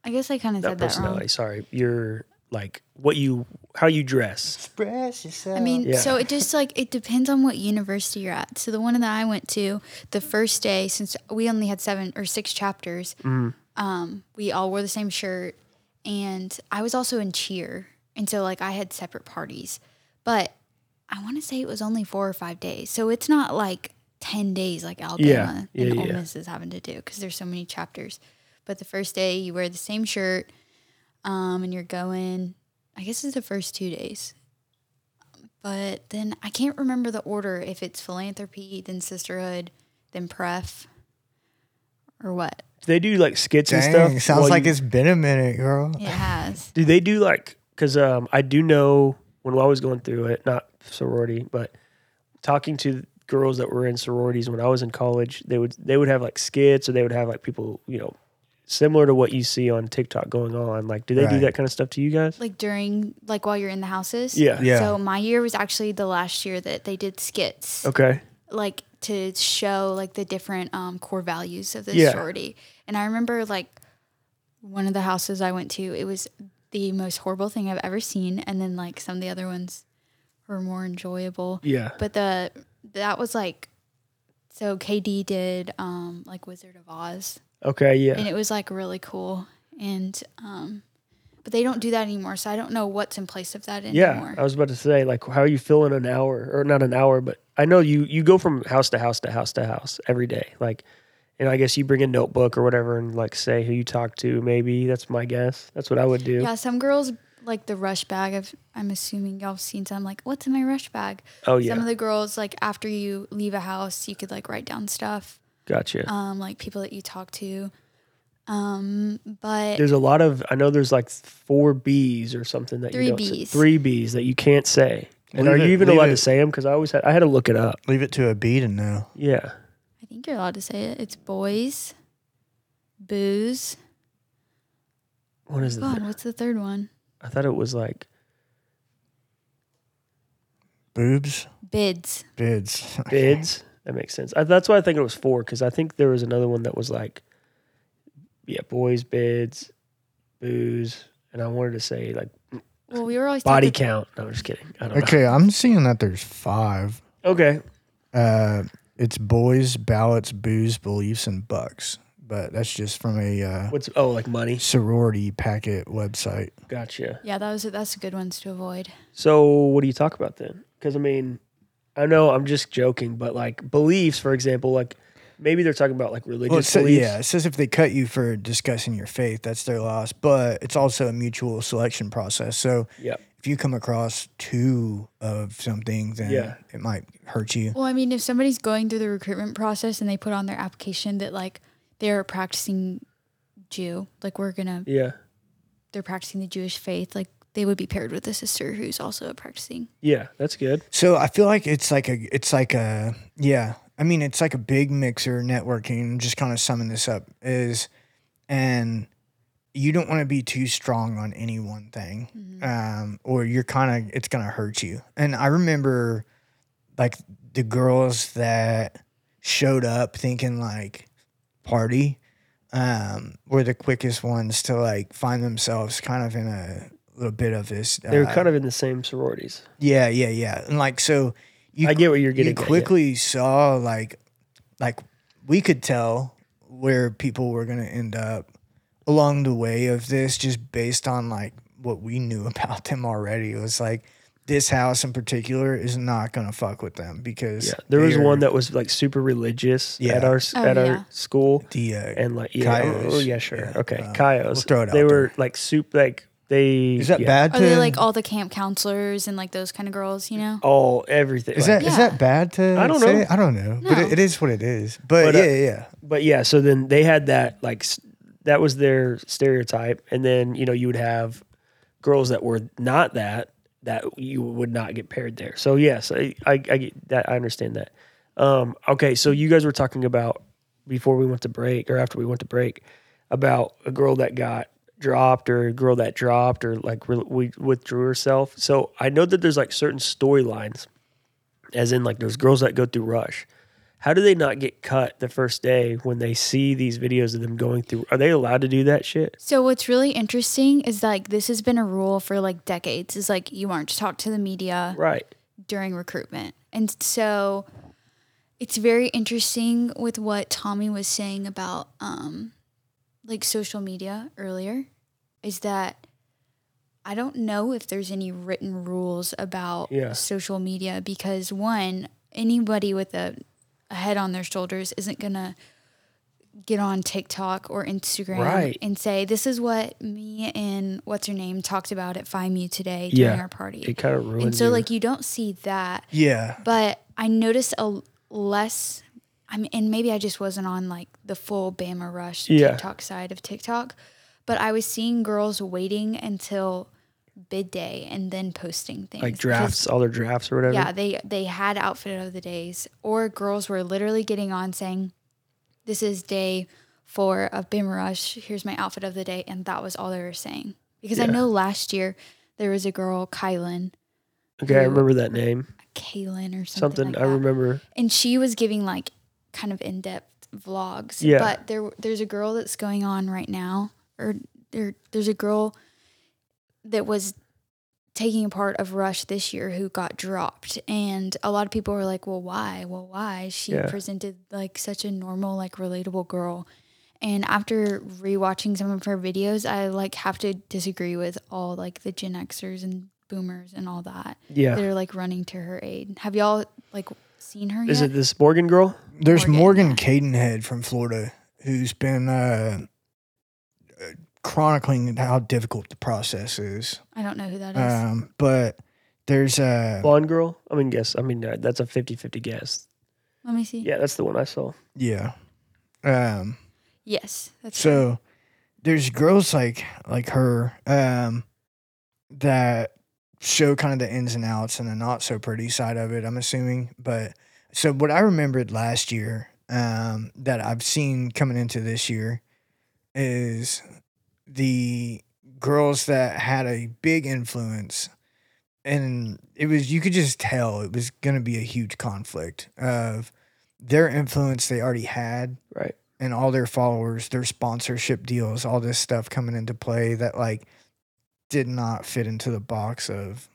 C: I guess I kind of
B: Not
C: said that
B: personality,
C: wrong.
B: sorry. Your like what you how you dress.
A: Express yourself.
C: I mean,
B: Yeah.
C: so it just like it depends on what university you're at. So the one that I went to, the first day, since we only had seven or six chapters, um, we all wore the same shirt, and I was also in cheer, and so like I had separate parties, but I want to say it was only four or five days. So it's not like ten days like Alabama
B: Yeah,
C: and
B: yeah,
C: Ole
B: yeah.
C: Miss is having to do because there's so many chapters. But the first day you wear the same shirt, um, and you're going. I guess it's the first two days. But then I can't remember the order if it's philanthropy, then sisterhood, then pref, or what.
B: They do like skits
A: Dang,
B: and stuff.
A: sounds
B: while
A: like
B: you-
A: it's been a minute, girl.
B: [laughs]
C: It has.
B: Do they do like because um, I do know when I was going through it, not sorority, but talking to girls that were in sororities when I was in college, they would they would have like skits or they would have like people you know similar to what you see on TikTok going on. Like, do they do
A: Right.
B: that kind of stuff to you guys?
C: Like during, like while you're in the houses.
B: Yeah.
A: Yeah.
C: So my year was actually the last year that they did skits,
B: Okay.
C: like to show like the different um, core values of the
B: Yeah.
C: sorority. And I remember like one of the houses I went to, it was the most horrible thing I've ever seen. And then like some of the other ones were more enjoyable.
B: Yeah.
C: But the that was like so KD did um like Wizard of Oz
B: Okay. Yeah.
C: and it was like really cool and um but they don't do that anymore so I don't know what's in place of that
B: Yeah.
C: anymore.
B: I was about to say like, how are you feeling an hour or not an hour, but I know you you go from house to house to house to house every day, like. And I guess you bring a notebook or whatever and like say who you talk to, maybe. That's my guess. That's what I would do.
C: yeah, some girls like the rush bag of I'm assuming y'all have seen some like what's in my rush bag.
B: Oh yeah,
C: Some of the girls like after you leave a house you could like write down stuff
B: gotcha.
C: um like people that you talk to um but
B: there's a lot of I know there's like four B's or something that
C: Three
B: you don't say-
C: Bs.
B: three B's that you can't say. And
A: Leave
B: are
A: it-
B: you even
A: leave
B: allowed
A: it.
B: to say them? Because I always had, I had to look it up.
A: Leave it to a beat and no.
B: Yeah,
C: I think you're allowed to say it. It's boys, booze.
B: what is that?
C: God, what's the third one?
B: I thought it was like
A: Boobs,
C: Bids.
A: bids.
B: bids. That makes sense. I, that's why I think it was four because I think there was another one that was like, yeah, boys bids, booze, and I wanted to say like
C: Well, we were always
B: body
C: taught
B: count. No, I'm just kidding. I
A: [laughs]
B: don't
A: okay, I'm seeing that there's five.
B: know. Okay,
A: Uh, it's boys, ballots, booze, beliefs, and bucks. But that's just from a uh,
B: what's oh like money?
A: sorority packet website.
B: Gotcha.
C: that- yeah, that was that's good ones to avoid.
B: So what do you talk about then? Because I mean, I know I'm just joking, but like beliefs, for example, like maybe they're talking about like religious
A: Well, it sa-
B: beliefs.
A: yeah, it says if they cut you for discussing your faith, that's their loss. But it's also a mutual selection process. So
B: Yep.
A: if you come across two of something, then
B: Yeah.
A: it might hurt you.
C: Well, I mean, if somebody's going through the recruitment process and they put on their application that like they're a practicing Jew, like we're gonna
B: Yeah.
C: they're practicing the Jewish faith, like they would be paired with a sister who's also practicing.
B: Yeah, that's good.
A: So I feel like it's like a it's like a yeah. I mean it's like a big mixer networking. Just kind of summing this up is, and you don't want to be too strong on any one thing, um, or you're kind of it's gonna hurt you. And I remember like the girls that showed up thinking like party um, were the quickest ones to like find themselves kind of in a little bit of this.
B: They were
A: uh,
B: kind of in the same sororities.
A: yeah, yeah, yeah. And like so you
B: I get what you're
A: you
B: getting. at, yeah.
A: quickly saw like like we could tell where people were gonna end up along the way of this just based on like what we knew [laughs] about them already. It was like this house in particular is not gonna fuck with them because
B: Yeah. There was
A: they
B: one
A: are
B: that was like super religious at
A: Yeah.
B: our s
C: Oh,
B: at
C: yeah.
B: our school,
A: the uh,
B: and like yeah, oh,
A: Cayos.
B: oh, yeah, sure,
A: Yeah,
B: okay,
A: uh,
B: Cayos.
A: we'll throw it out
B: they were
A: there.
B: like soup, like they
A: is that
B: yeah.
A: bad?
C: Are
A: To,
C: they like all the camp counselors and like those kind of girls? You know,
B: all everything.
A: is
B: like-
A: that is that
C: Yeah.
A: bad to?
B: I don't
A: say?
B: know.
A: I don't know, but
C: No.
A: it, it is what it is. But,
B: But, uh,
A: yeah, yeah,
B: but yeah, so then they had that like s- that was their stereotype, and then you know you would have girls that were not that that you would not get paired there. So yes, I I, I get that I understand that. Um, okay, so you guys were talking about before we went to break or after we went to break about a girl that got dropped or a girl that dropped or like re- we withdrew herself. So I know that there's like certain storylines, as in like there's girls that go through rush. How do they not get cut the first day when they see these videos of them going through? Are they allowed to do that shit?
C: So what's really interesting is like this has been a rule for like decades. Is like you aren't to talk to the media
B: Right.
C: during recruitment, and so it's very interesting with what Tommy was saying about um, like social media earlier. Is that I don't know if there's any written rules about
B: Yeah.
C: social media because one anybody with a, a head on their shoulders isn't gonna get on TikTok or Instagram
B: Right.
C: and say, This is what me and what's her name talked about at FIMU today during
B: Yeah.
C: our party.
B: It kind of ruins.
C: and so,
B: your-
C: like, you don't see that.
A: yeah.
C: But I noticed a l- less, I mean, and maybe I just wasn't on like the full Bama Rush
B: Yeah.
C: TikTok side of TikTok, but I was seeing girls waiting until bid day and then posting things.
B: like
C: 'Cause-
B: drafts, all their drafts or whatever.
C: yeah, they they had outfit of the days, or girls were literally getting on saying, "This is day four of Bim Rush. Here's my outfit of the day," and that was all they were saying. Because I
B: Yeah.
C: know last year there was a girl, Kylan,
B: Okay, I remember that name.
C: Kaylin or something.
B: Something,
C: like
B: I
C: that.
B: remember.
C: and she was giving like kind of in depth vlogs.
B: Yeah.
C: but there there's a girl that's going on right now, or there there's a girl that was taking a part of Rush this year who got dropped. And a lot of people were like, well, why? Well, why? She
B: Yeah.
C: presented like such a normal, like relatable girl. And after rewatching some of her videos, I like have to disagree with all like the Gen Xers and boomers and all that.
B: Yeah.
C: They're like running to her aid. Have y'all like seen her
B: Is
C: yet?
B: it this Morgan girl?
A: There's
C: Morgan,
A: Morgan, Cadenhead from Florida who's been uh, uh, chronicling how difficult the process is.
C: I don't know who that is.
B: Uh,
A: Um, but there's uh,
B: Blonde girl? I mean, guess. I mean, uh, that's a 50 50 guess.
C: Let me see.
B: Yeah, that's the one I saw.
A: yeah. Um,
C: Yes. That's her.
A: so there's girls like like her um, that show kind of the ins and outs and the not so pretty side of it. I'm assuming, but so what I remembered last year um, that I've seen coming into this year is the girls that had a big influence and it was you could just tell it was going to be a huge conflict of their influence they already had
B: Right.
A: and all their followers their sponsorship deals all this stuff coming into play that like did not fit into the box of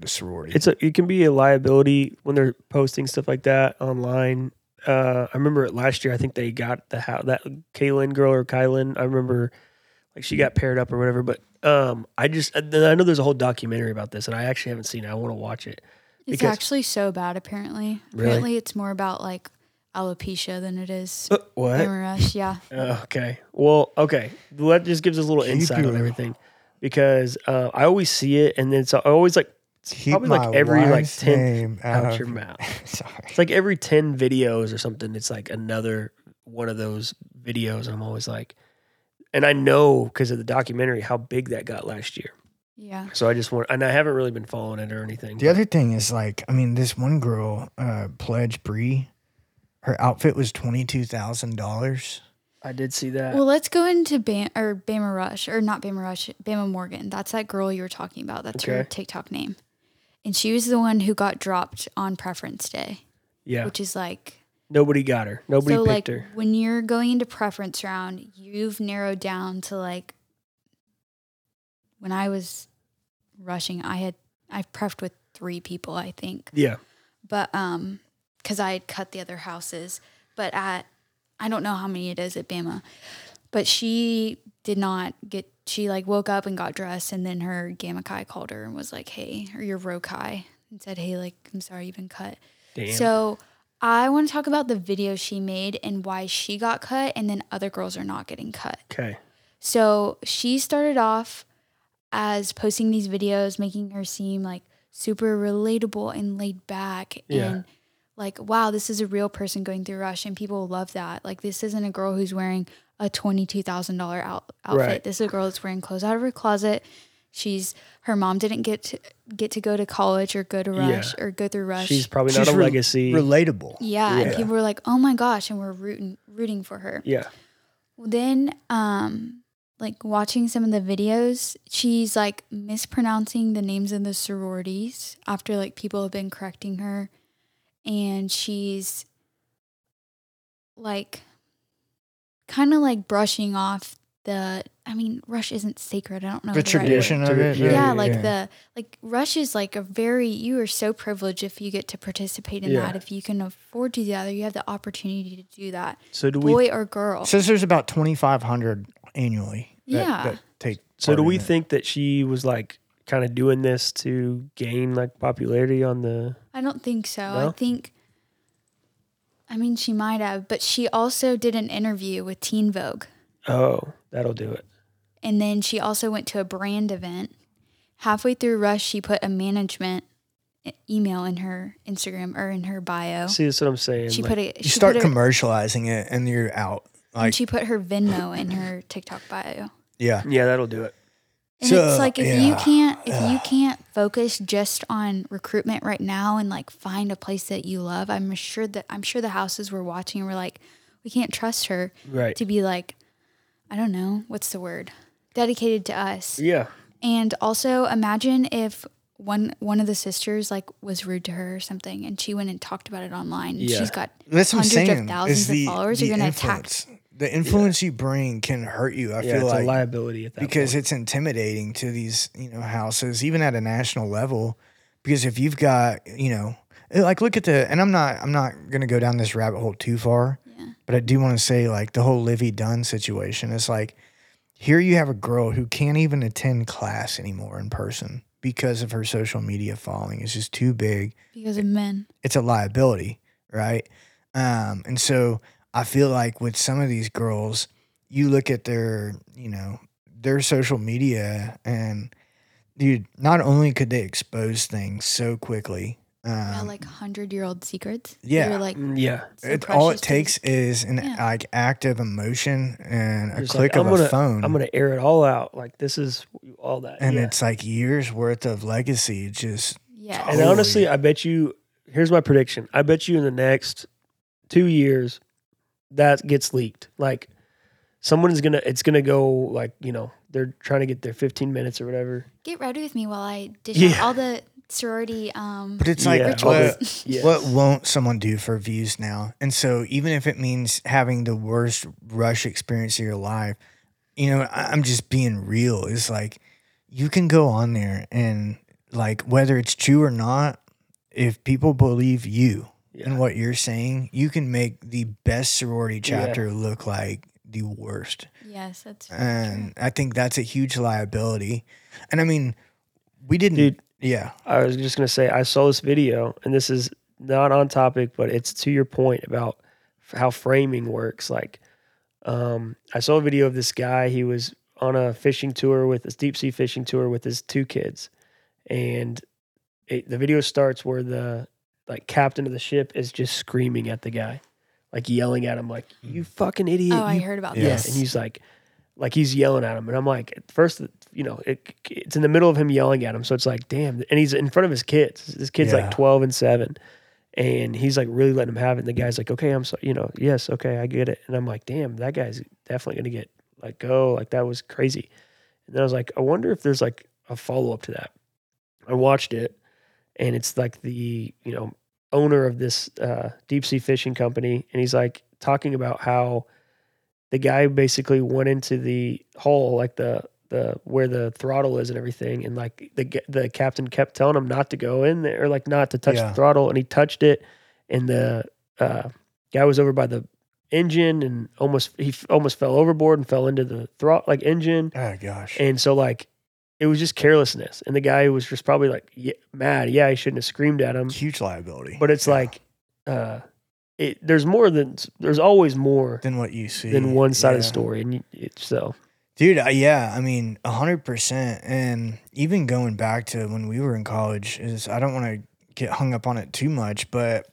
A: the sorority
B: It's a, It can be a liability when they're posting stuff like that online. Uh, I remember it last year. I think they got the how that Kaylin girl or Kylan. I remember like she got paired up or whatever. But um, I just, I I know there's a whole documentary about this and I actually haven't seen it. I want to watch it.
C: It's
B: because-
C: actually so bad, apparently.
B: Really?
C: Apparently, it's more about like alopecia than it is
B: Uh, what?
C: Bama Rush. Yeah.
B: Uh, Okay. Well, okay. Well, That just gives us a little
A: Keep
B: insight on
A: your-
B: everything because uh, I always see it, and then so I always like
A: Keep
B: probably like every like
A: wife's
B: ten
A: name
B: out
A: of- [laughs]
B: your mouth.
A: sorry
B: It's like every ten videos or something. It's like another one of those videos. I'm always like, And I know because of the documentary how big that got last year. [laughs]
C: Yeah.
B: So I just want, and I haven't really been following it or anything.
A: The other thing is like, I mean, this one girl, uh, Pledge Bree, her outfit was twenty two thousand dollars.
B: I did see that.
C: Well, let's go into Bam or Bama Rush or not Bama Rush, Bama Morgan. That's that girl you were talking about. That's her
B: Okay.
C: TikTok name. And she was the one who got dropped on preference day,
B: yeah.
C: which is like
B: Nobody got her. Nobody
C: so
B: picked
C: like
B: her.
C: when you're going into preference round, you've narrowed down to like when I was rushing, I had I prepped with three people, I think.
B: Yeah.
C: but um because i had cut the other houses but at i don't know how many it is at bama but she did not get she like woke up and got dressed and then her gamma chi called her and was like hey or your rho chi and said hey like i'm sorry you've been cut
B: Damn.
C: so i want to talk about the video she made and why she got cut and then other girls are not getting cut
B: okay.
C: so she started off as posting these videos, making her seem like super relatable and laid back
B: Yeah.
C: and like, wow, this is a real person going through rush and people love that. Like this isn't a girl who's wearing a twenty-two thousand dollar out- outfit.
B: Right.
C: This is a girl that's wearing clothes out of her closet. She's her mom didn't get to get to go to college or go to
B: Yeah.
C: rush or go through rush.
B: She's probably
A: She's
B: not a
A: re-
B: legacy.
A: Relatable.
C: yeah, and
B: Yeah.
C: people were like, "Oh my gosh!" and we're rooting rooting for her.
B: yeah.
C: Then, um, like watching some of the videos, she's like mispronouncing the names of the sororities after like people have been correcting her, and she's like kind of like brushing off the. I mean, Rush isn't sacred. I don't know
A: The
C: the right
A: tradition
B: Yeah.
A: of it.
C: yeah,
B: Yeah, yeah,
C: like
A: yeah.
C: the like rush is like a very you are so privileged if you get to participate in
B: Yeah.
C: that if you can afford to do that or you have the opportunity to do that
B: So do we?
C: boy or girl
A: It says there's about twenty five hundred annually. that-
C: Yeah.
A: That take
B: So
A: part
B: do
A: in
B: we
A: it.
B: think that she was like kind of doing this to gain like popularity on the?
C: I don't think so.
B: No?
C: I think, I mean, she might have, but she also did an interview with Teen Vogue.
B: Oh, that'll do it.
C: And then she also went to a brand event. Halfway through Rush, she put a management e- email in her Instagram or in her bio.
B: See, that's what I'm saying.
C: she
B: like,
C: put it.
A: you
C: She
A: start
C: put her,
A: commercializing it and you're out?
C: and
A: Like
C: she put her Venmo in her TikTok bio.
A: yeah.
B: yeah, that'll do it.
C: And
A: So,
C: it's like if you
A: yeah,
C: can't if you can't focus just on recruitment right now and like find a place that you love, I'm sure that I'm sure the houses were watching were like, we can't trust her
B: Right.
C: to be like, I don't know, what's the word? Dedicated to us.
B: Yeah.
C: And also imagine if one one of the sisters like was rude to her or something and she went and talked about it online. and
B: Yeah.
C: She's got
A: That's what I'm
C: hundreds
A: saying.
C: of thousands
A: is
C: of
A: the,
C: followers
A: the
C: are gonna attack
A: influence. The influence you bring can hurt you. I
B: yeah,
A: feel
B: it's a
A: like
B: liability at that
A: because
B: point.
A: it's intimidating to these you know houses, even at a national level. Because if you've got you know, eh, like look at the and I'm not I'm not gonna go down this rabbit hole too far,
C: Yeah.
A: but I do want to say like the whole Livy Dunn situation. It's like here you have a girl who can't even attend class anymore in person because of her social media following. It's just too big
C: because of men.
A: it's a liability, right? Um, and so I feel like with some of these girls, you look at their, you know, their social media, and dude, not only could they expose things so quickly, um,
C: Yeah,
A: yeah,
C: like hundred year old secrets.
A: yeah.
C: You're like
B: Mm, yeah.
C: so
A: it, all
C: precious
A: it
C: to me.
A: takes is an
C: Yeah.
A: like active emotion and a
B: Just like,
A: click of
B: I'm
A: a
B: gonna-
A: phone,
B: I'm gonna air it all out. Like this is all that.
A: and
B: yeah.
A: it's like years worth of legacy just
C: Yes.
B: And
A: Holy.
B: honestly, I bet you. Here's my prediction. I bet you in the next two years, that gets leaked. Like someone is gonna. It's gonna go like you know they're trying to get their 15 minutes or whatever.
C: get ready with me while I dish
B: Yeah.
C: out all the sorority. Um,
A: But it's like
B: Yeah,
A: what,
B: all Yeah.
A: what won't someone do for views now? And so even if it means having the worst rush experience of your life, you know, I- I'm just being real. It's like you can go on there and like whether it's true or not, if people believe you
B: Yeah.
A: and what you're saying, you can make the best sorority chapter look like the worst.
C: [laughs] yes, that's
B: Uh,
C: very
A: And I think that's a huge liability. And I mean, we didn't
B: Dude.
A: yeah.
B: I was just gonna say I saw this video, and this is not on topic, but it's to your point about f- how framing works. Like, um, I saw a video of this guy. He was on a fishing tour with this deep sea fishing tour with his two kids, and it, the video starts where the like captain of the ship is just screaming at the guy, like yelling at him, like "You fucking
C: true.
B: idiot!
C: Oh, I
B: you
C: heard about
A: Yeah.
B: Yes.
C: this.
B: And he's like, like he's yelling at him, and I'm like, at first, you know, it, it's in the middle of him yelling at him, so it's like, damn, and he's in front of his kids. This kid's
A: Yeah.
B: like 12 and seven, and he's like really letting him have it. And the guy's like, okay, I'm sorry, you know, yes, okay, I get it. And I'm like, damn, that guy's definitely gonna get let go. Like that was crazy. And then I was like, I wonder if there's like a follow up to that. I watched it, and it's like the you know owner of this uh, deep sea fishing company, and he's like talking about how the guy basically went into the hole, like the the where the throttle is and everything, and like the g- the captain kept telling him not to go in there, or like not to touch
A: Yeah.
B: the throttle, and he touched it, and the uh, guy was over by the engine and almost he f- almost fell overboard and fell into the throttle like engine
A: Oh gosh.
B: and so like it was just carelessness. And the guy was just probably like yeah, mad. Yeah, I shouldn't have screamed at him.
A: Huge liability.
B: But it's
A: Yeah.
B: like uh it there's more than there's always more
A: than what you see.
B: than one side of the
A: Yeah.
B: story. And you- it, so
A: Dude, I, yeah, I mean, 100%. And even going back to when we were in college is I don't want to get hung up on it too much, but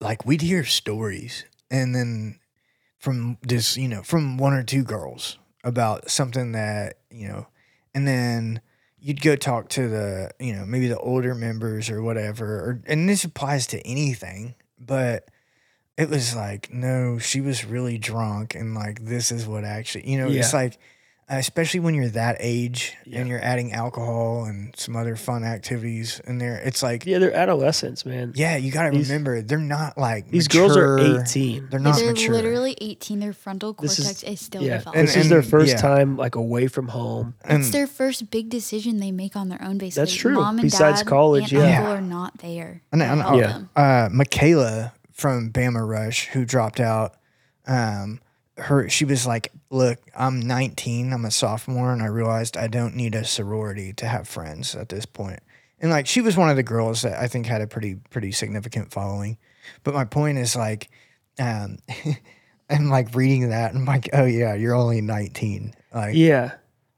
A: like we'd hear stories and then from this, you know, from one or two girls about something that, you know, and then you'd go talk to the, you know, maybe the older members or whatever, or, and this applies to anything, but it was like no she was really drunk and like this is what actually you know it's
B: Yeah.
A: like especially when you're that age
B: Yeah.
A: and you're adding alcohol and some other fun activities in there it's like yeah,
B: yeah, they're adolescents, man.
A: you got to
B: These-
A: remember they're not like
B: These girls are
A: mature.
B: 18.
A: they're not
C: they're
A: mature
C: literally 18. Their frontal
B: This is-
C: cortex is, still
B: Yeah,
C: developing.
A: And-
B: this is their
A: and-
B: first
A: yeah.
B: time like away from home.
A: and
C: it's their first big decision they make on their own. Basically,
B: true.
C: Mom and
B: Besides
C: dad,
B: college,
C: aunt,
A: yeah.
C: uncle are not there.
A: I know, I
C: to
A: know.
C: help
B: Yeah.
C: them.
A: uh, Michaela from Bama Rush, who dropped out. Um, her she was like, "Look, I'm 19. I'm a sophomore, and I realized I don't need a sorority to have friends at this point." And like, she was one of the girls that I think had a pretty pretty significant following. But my point is like, um, [laughs] I'm like reading that, and I'm like, "Oh yeah, you're only 19." Like,
B: Yeah.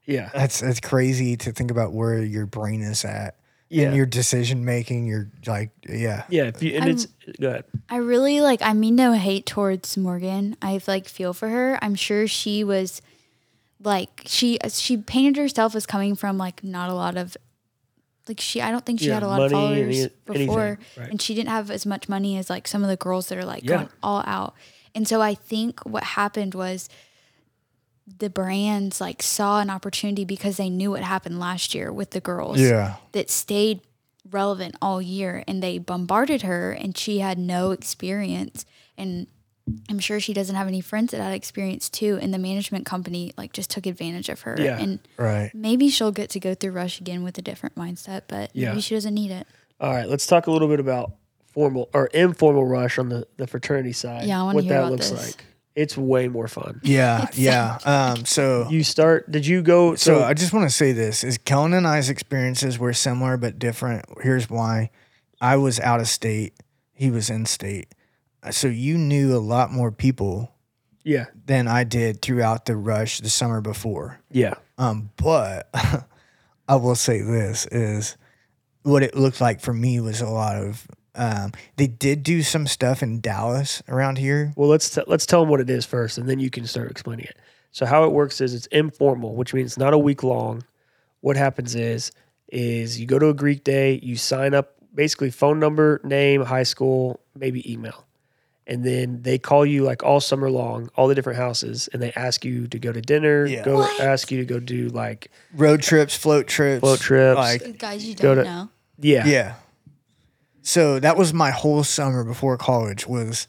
B: Yeah.
A: that's that's crazy to think about where your brain is at
B: Yeah.
A: and your decision making. You're like, yeah,
B: yeah, if you, and
C: I'm-
B: it's go ahead.
C: I really like. I mean, no hate towards Morgan. I like feel for her. I'm sure she was like she she painted herself as coming from like not a lot of like she. I don't think she
B: Yeah,
C: had a lot of
B: money,
C: followers
B: any- anything,
C: before,
B: right.
C: and she didn't have as much money as like some of the girls that are like
B: Yeah.
C: going all out. And so I think what happened was the brands like saw an opportunity because they knew what happened last year with the girls
A: yeah.
C: that stayed relevant all year and they bombarded her and she had no experience and I'm sure she doesn't have any friends that had experience too and the management company like just took advantage of her
B: Yeah.
C: and
A: Right.
C: maybe she'll get to go through rush again with a different mindset but
B: Yeah.
C: maybe she doesn't need it.
B: All right, let's talk a little bit about formal or informal rush on the, the fraternity side.
C: Yeah, I wanna
B: what
C: hear
B: that
C: about
B: looks
C: this.
B: like. It's way more fun. [laughs]
A: Yeah, yeah. Um, so,
B: You start. Did you go?
A: so
B: So,
A: I just want to say this: is Kellen and I's experiences were similar but different. Here's why: I was out of state; he was in state. Uh, So you knew a lot more people
B: yeah,
A: than I did throughout the rush the summer before.
B: yeah,
A: Um, but [laughs] I will say this is what it looked like for me was a lot of. Um, they did do some stuff in Dallas around here.
B: Well, let's t- let's tell them what it is first, and then you can start explaining it. So how it works is it's informal, which means it's not a week long. What happens is is you go to a Greek day, you sign up, basically phone number, name, high school, maybe email, and then they call you like all summer long, all the different houses, and they ask you to go to dinner,
A: Yeah.
B: go
C: What?
B: ask you to go do like
A: Road trips, float trips,
B: float trips,
A: like
C: Guys you
B: Go don't
C: don't
B: to-
C: know.
B: yeah,
A: Yeah. So that was my whole summer before college was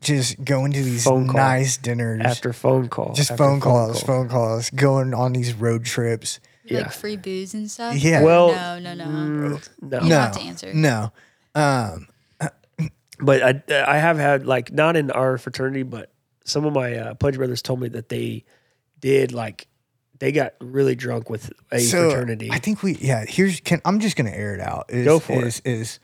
A: just going to these
B: Phone call.
A: nice dinners,
B: after phone call,
A: just
B: after
A: phone calls,
B: call.
A: phone calls, going on these road trips.
B: yeah.
C: Like free booze and stuff.
A: Yeah.
B: Well,
C: no, no, no.
B: Mm, no,
C: You
A: no,
C: have to answer.
A: No. Um,
B: but I I have had like not in our fraternity, but some of my uh, pledge brothers told me that they did like they got really drunk with a
A: so
B: fraternity.
A: I think we yeah. Here's can I'm just gonna air it out. Is,
B: Go for it.
A: is, Is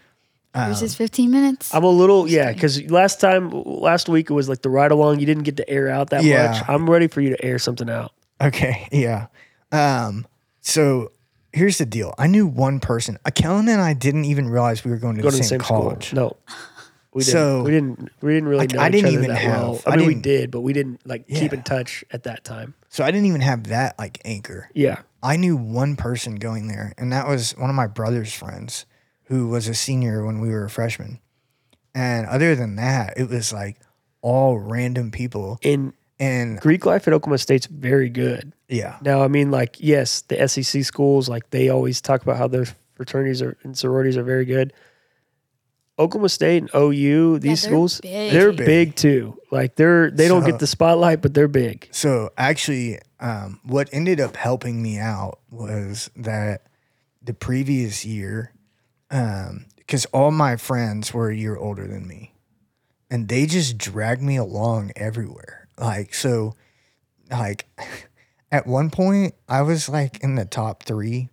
A: um,
C: Yours is 15 minutes.
B: I'm a little yeah because last time last week it was like the ride along. You didn't get to air out that
A: Yeah.
B: much. I'm ready for you to air something out.
A: okay. [laughs] Yeah. Um. So here's the deal. I knew one person. uh, Kellen and I didn't even realize we were going to,
B: Go
A: the,
B: to the
A: same
B: same
A: college. [laughs]
B: school. No. We didn't.
A: So-
B: we didn't. We didn't really
A: Like,
B: know
A: I
B: each
A: didn't
B: other
A: even
B: that
A: have-
B: well.
A: I
B: I mean, we
A: didn't-
B: did, but we didn't like keep
A: Yeah.
B: in touch at that time.
A: So I didn't even have that like anchor.
B: Yeah.
A: I knew one person going there, and that was one of my brother's friends who was a senior when we were a freshman. And other than that, it was like all random people.
B: And
A: And
B: Greek life at Oklahoma State's very good.
A: yeah,
B: Now, I mean, like, yes, the SEC schools, like, they always talk about how their fraternities are, and sororities are very good. Oklahoma State and OU, these
C: they're
B: schools,
C: big.
B: they're
A: Big.
B: big. too. Like, they're they don't
A: So-
B: get the spotlight, but they're big.
A: So actually, um, what ended up helping me out was that the previous year, because all my friends were a year older than me, and they just dragged me along everywhere. Like so, like [laughs] at one point, I was like in the top three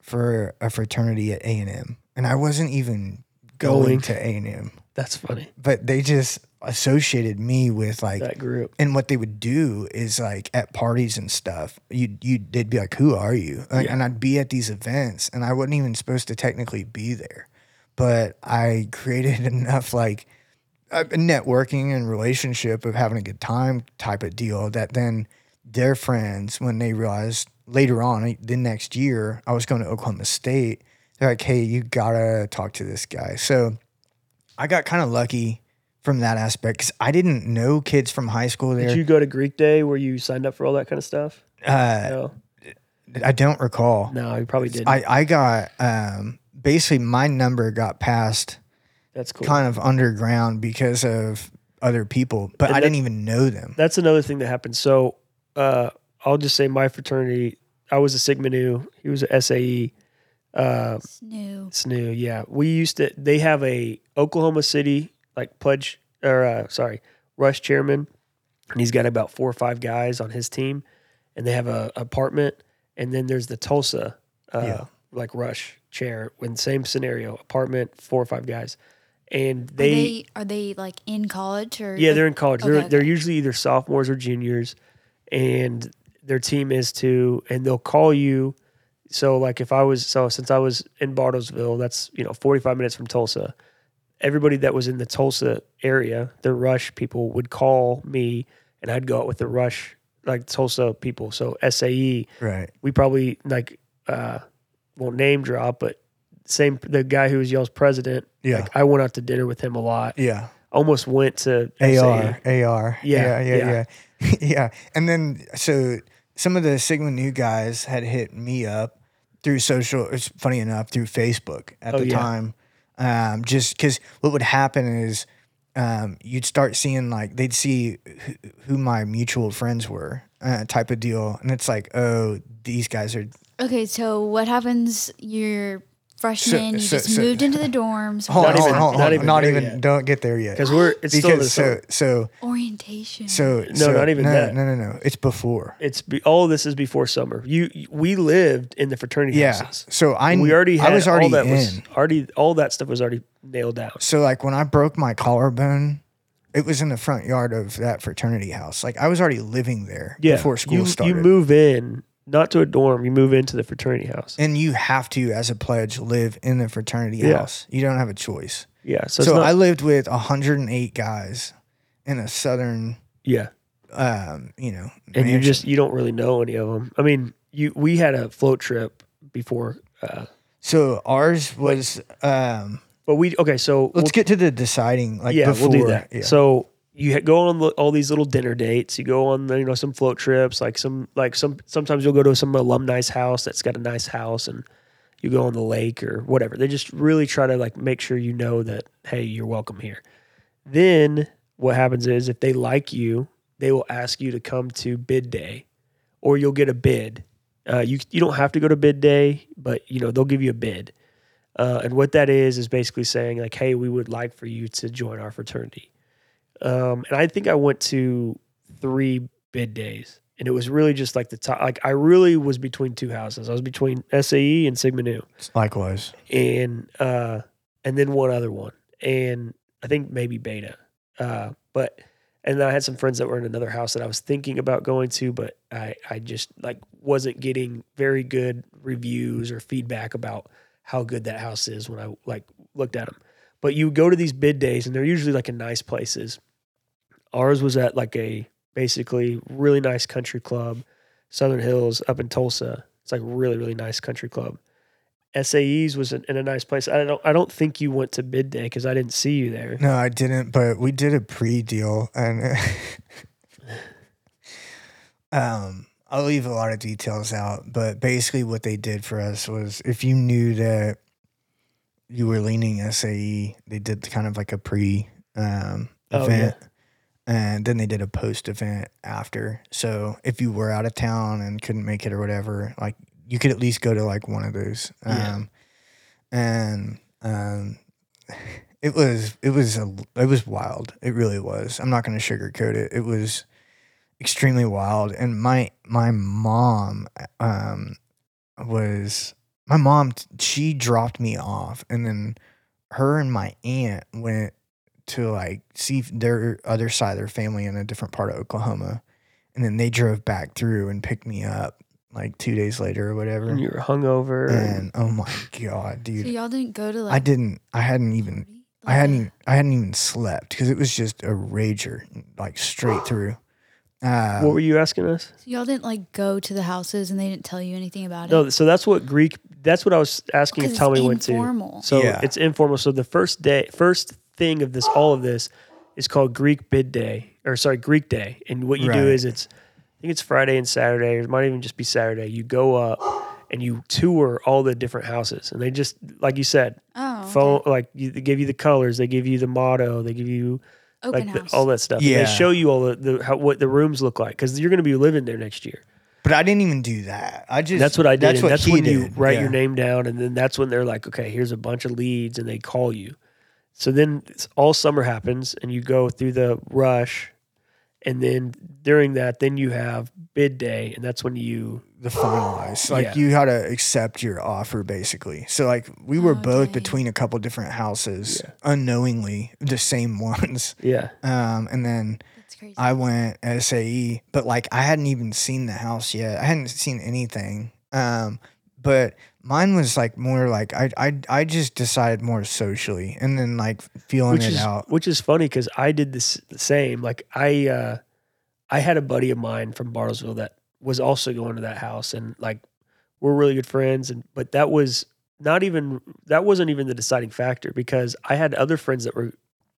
A: for a fraternity at A and M, and I wasn't even going
B: Going.
A: to A and M,
B: That's funny.
A: but they just associated me with like
B: That group.
A: and what they would do is like at parties and stuff, you you they'd be like, "Who are you?" Like,
B: Yeah.
A: And I'd be at these events, and I wasn't even supposed to technically be there, but I created [laughs] enough like uh, networking and relationship of having a good time type of deal that then their friends, when they realized later on the next year I was going to Oklahoma State, they're like, "Hey, you gotta talk to this guy." So I got kind of lucky. From that aspect, because I didn't know kids from high school there.
B: Did you go to Greek Day where you signed up for all that kind of stuff?
A: Uh,
B: No.
A: I don't recall.
B: No, you probably didn't.
A: I, I got um, basically my number got passed
B: That's cool.
A: kind of underground because of other people, but
B: And
A: I
B: that-
A: didn't even know them.
B: That's another thing that happened. So uh, I'll just say my fraternity, I was a Sigma Nu. He was a SAE. Uh,
C: It's new.
B: SNU, yeah. We used to, they have a Oklahoma City, like pledge, or uh, sorry, Rush chairman. And he's got about four or five guys on his team. And they have a apartment. And then there's the Tulsa, uh,
A: Yeah.
B: like Rush chair, when same scenario, apartment, four or five guys. And
C: Are they are they like in college or
B: yeah,
C: like-
B: they're in college. they're
C: Okay,
B: they're
C: okay.
B: usually either sophomores or juniors, and their team is too. And they'll call you. So like if I was so since I was in Bartlesville, that's you know forty five minutes from Tulsa. Everybody that was in the Tulsa area, the Rush people would call me, and I'd go out with the Rush like Tulsa people. So SAE,
A: Right.
B: we probably like uh won't name drop, but same the guy who was y'all's president.
A: Yeah.
B: like, I went out to dinner with him a lot
A: Yeah.
B: almost went to E.
A: AR. AR.
B: Yeah,
A: Yeah. Yeah.
B: yeah.
A: Yeah. [laughs] yeah. And then so some of the Sigma Nu guys had hit me up through social. It's funny enough through Facebook at
B: Oh,
A: the
B: yeah.
A: time. Um, just because what would happen is um, you'd start seeing like they'd see who, who my mutual friends were, uh, type of deal, and it's like, oh, these guys are
C: Okay, so what happens? You're freshman. you
A: so-
C: just
A: so-
C: moved into the dorms.
A: hold on, hold on,
B: Not even-
A: hold on,
B: not
A: hold on,
B: even
A: not
B: there
A: even,
B: yet.
A: don't get there yet
B: because we're it's still the
A: because so so
C: Orientation.
A: so
B: No,
A: so-
B: not even
A: no,
B: that.
A: no no no it's before
B: it's be, all this is before summer. You you- we lived in the fraternity
A: yeah
B: houses.
A: so I
B: we already had
A: I was already
B: all that
A: in
B: was already all that stuff was already nailed down.
A: so like when I broke my collarbone it was in the front yard of that fraternity house like I was already living there
B: Yeah,
A: before school
B: you,
A: started
B: You move in not to a dorm. You move into the fraternity house.
A: and you have to as a pledge live in the fraternity
B: Yeah.
A: house you don't have a choice
B: Yeah, so,
A: so,
B: it's not,
A: I lived with 108 guys in a southern
B: yeah,
A: um you know
B: and you
A: mansion.
B: just you don't really know any of them. I mean, you we had a float trip before, uh,
A: so ours was um
B: but we okay. So
A: Let's get to the deciding. Like
B: yeah,
A: before,
B: we'll do that.
A: Yeah.
B: So you ha- go on lo- all these little dinner dates. You go on, you know, some float trips. Like some, like some. Sometimes you'll go to some alumni's house that's got a nice house, and you go on the lake or whatever. They just really try to like make sure you know that hey, you're welcome here. Then what happens is if they like you, they will ask you to come to bid day, or you'll get a bid. Uh, you you don't have to go to bid day, but you know they'll give you a bid. Uh, and what that is is basically saying like, hey, we would like for you to join our fraternity. Um, and I think I went to three bid days, and it was really just like the top. Like I really was between two houses. I was between SAE and Sigma Nu,
A: likewise,
B: and uh, and then one other one, and I think maybe Beta. Uh, but and then I had some friends that were in another house that I was thinking about going to, but I I just like wasn't getting very good reviews or feedback about how good that house is when I like looked at them. But you go to these bid days, and they're usually like in nice places. Ours was at like a basically really nice country club. Southern Hills up in Tulsa. It's like a really really nice country club. SAE's was in, in a nice place. I don't I don't think you went to bid day because I didn't see you there.
A: No, I didn't, but we did a pre deal and [laughs] um I'll leave a lot of details out, but basically what they did for us was if you knew that you were leaning SAE, they did kind of like a pre um
B: Oh,
A: event. And then they did a post event after. So if you were out of town and couldn't make it or whatever, like you could at least go to like one of those.
B: Yeah.
A: Um and um it was it was a, it was wild. It really was. I'm not going to sugarcoat it. It was extremely wild. And my my mom um was my mom she dropped me off, and then her and my aunt went to like see their other side of their family in a different part of Oklahoma, and then they drove back through and picked me up like two days later or whatever.
B: And you were hungover. And
A: And oh my god, dude!
C: So y'all didn't go to like.
A: I didn't. I hadn't even.
C: party?
A: I
C: Like,
A: hadn't. I hadn't even slept because it was just a rager, like straight
C: [gasps]
A: through. Uh,
B: what were you asking us?
C: So y'all didn't like go to the houses and they didn't tell you anything about it.
B: No, so that's what Greek. That's what I was asking if
C: Because
B: Tommy
C: it's
B: went to.
C: informal.
B: So
A: Yeah.
B: it's informal. So the first day, first thing of this, all of this is called Greek bid day, or sorry, Greek day. And what you
A: Right.
B: do is it's, I think it's Friday and Saturday, or it might even just be Saturday. You go up and you tour all the different houses, and they just, like you said,
C: Oh, okay.
B: phone, like you, they give you the colors, they give you the motto, they give you
C: open
B: like
C: house.
B: the, all that stuff.
A: Yeah.
B: And they show you all the, the how, what the rooms look like because you're going to be living there next year.
A: but I didn't even do that. I just.
B: And that's what I did.
A: That's
B: and
A: what
B: that's
A: he
B: when you
A: did,
B: write
A: yeah.
B: your name down, and then that's when they're like, okay, here's a bunch of leads, and they call you. So then it's- all summer happens, and you go through the rush, and then during that, then you have bid day, and that's when you
A: The finalized. Like
B: Yeah.
A: you had to accept your offer basically. So like we were
C: Oh,
A: both
C: dang.
A: between a couple different houses,
B: Yeah.
A: unknowingly the same [laughs] ones.
B: yeah
A: Um, and then
C: That's crazy.
A: I went SAE, E, but like I hadn't even seen the house yet. I hadn't seen anything. Um, but mine was like more like I I I just decided more socially, and then like feeling
B: which
A: it
B: is [laughs]
A: out.
B: which is funny because I did this the same. Like I, uh, I had a buddy of mine from Bartlesville that was also going to that house, and like we're really good friends. And but that was not even that wasn't even the deciding factor because I had other friends that were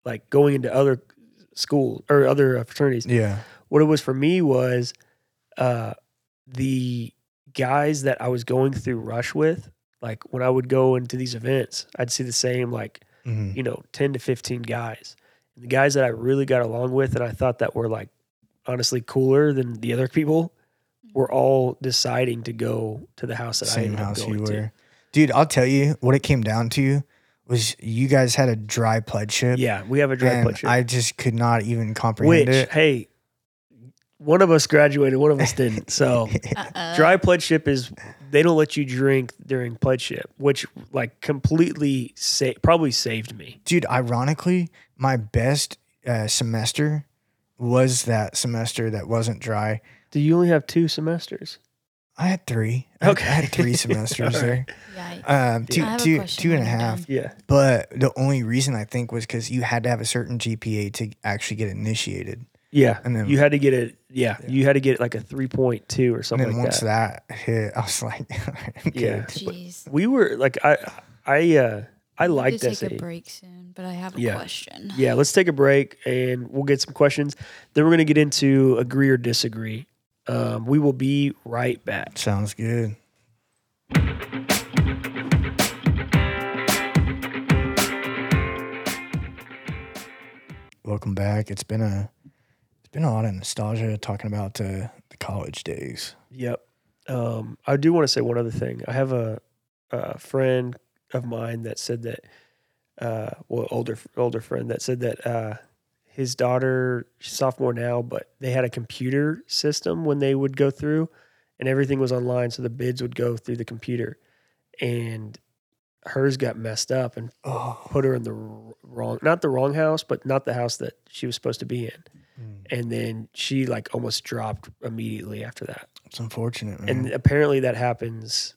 B: like going into other school or other uh, fraternities.
A: Yeah,
B: What it was for me was uh, the guys that I was going through rush with. Like when I would go into these events, I'd see the same like
A: Mhm.
B: you know, 10 to 15 guys. And the guys that I really got along with and I thought that were like honestly cooler than the other people were all deciding to go to the house that I
A: same
B: ended
A: house
B: up
A: you
B: going
A: were,
B: to.
A: dude. I'll tell you what it came down to was you guys had a dry pledge ship.
B: Yeah, we have a drug
A: and
B: pledge.
A: I just could not even comprehend
B: Which,
A: it.
B: hey, one of us graduated, one of us
A: [laughs]
B: didn't. So
C: Uh-uh.
B: dry pledge ship is they don't let you drink during pledge ship, which like completely sa- probably saved me.
A: dude ironically my best uh, semester was that semester that wasn't dry
B: Do you only have two semesters?
A: i had three I-
B: Okay.
A: i had three semesters
B: [laughs] All
A: there
B: right.
C: Yikes.
A: um two
C: I have a
A: two
C: question
A: two and a
C: when you're
A: half
C: done.
B: Yeah.
A: but the only reason i think was because you had to have a certain gpa to actually get initiated
B: Yeah.
A: and then
B: you had to get it. Yeah, you had to get like a three point two or
A: and
B: something
A: then
B: like
A: once
B: that.
A: that. hit i was like [laughs] I'm
B: Yeah.
A: good.
C: Jeez.
B: We were like, I, I, uh, I
C: We need
B: liked
C: to
B: this.
C: take a break soon, but I have a
B: Yeah.
C: question.
B: Yeah, let's take a break and we'll get some questions. Then we're gonna get into agree or disagree. Um, we will be right back.
A: sounds good welcome back it's been a it's been a lot of nostalgia talking about uh, the college days
B: Yep. Um, I do want to say one other thing. I have a, a friend of mine that said that, uh, well, older older friend that said that uh, his daughter she's sophomore now, but they had a computer system when they would go through, and everything was online, so the bids would go through the computer, and hers got messed up and
A: oh
B: put her in the r- wrong not the wrong house but not the house that she was supposed to be in and then she like almost dropped immediately after that
A: it's unfortunate man.
B: and apparently that happens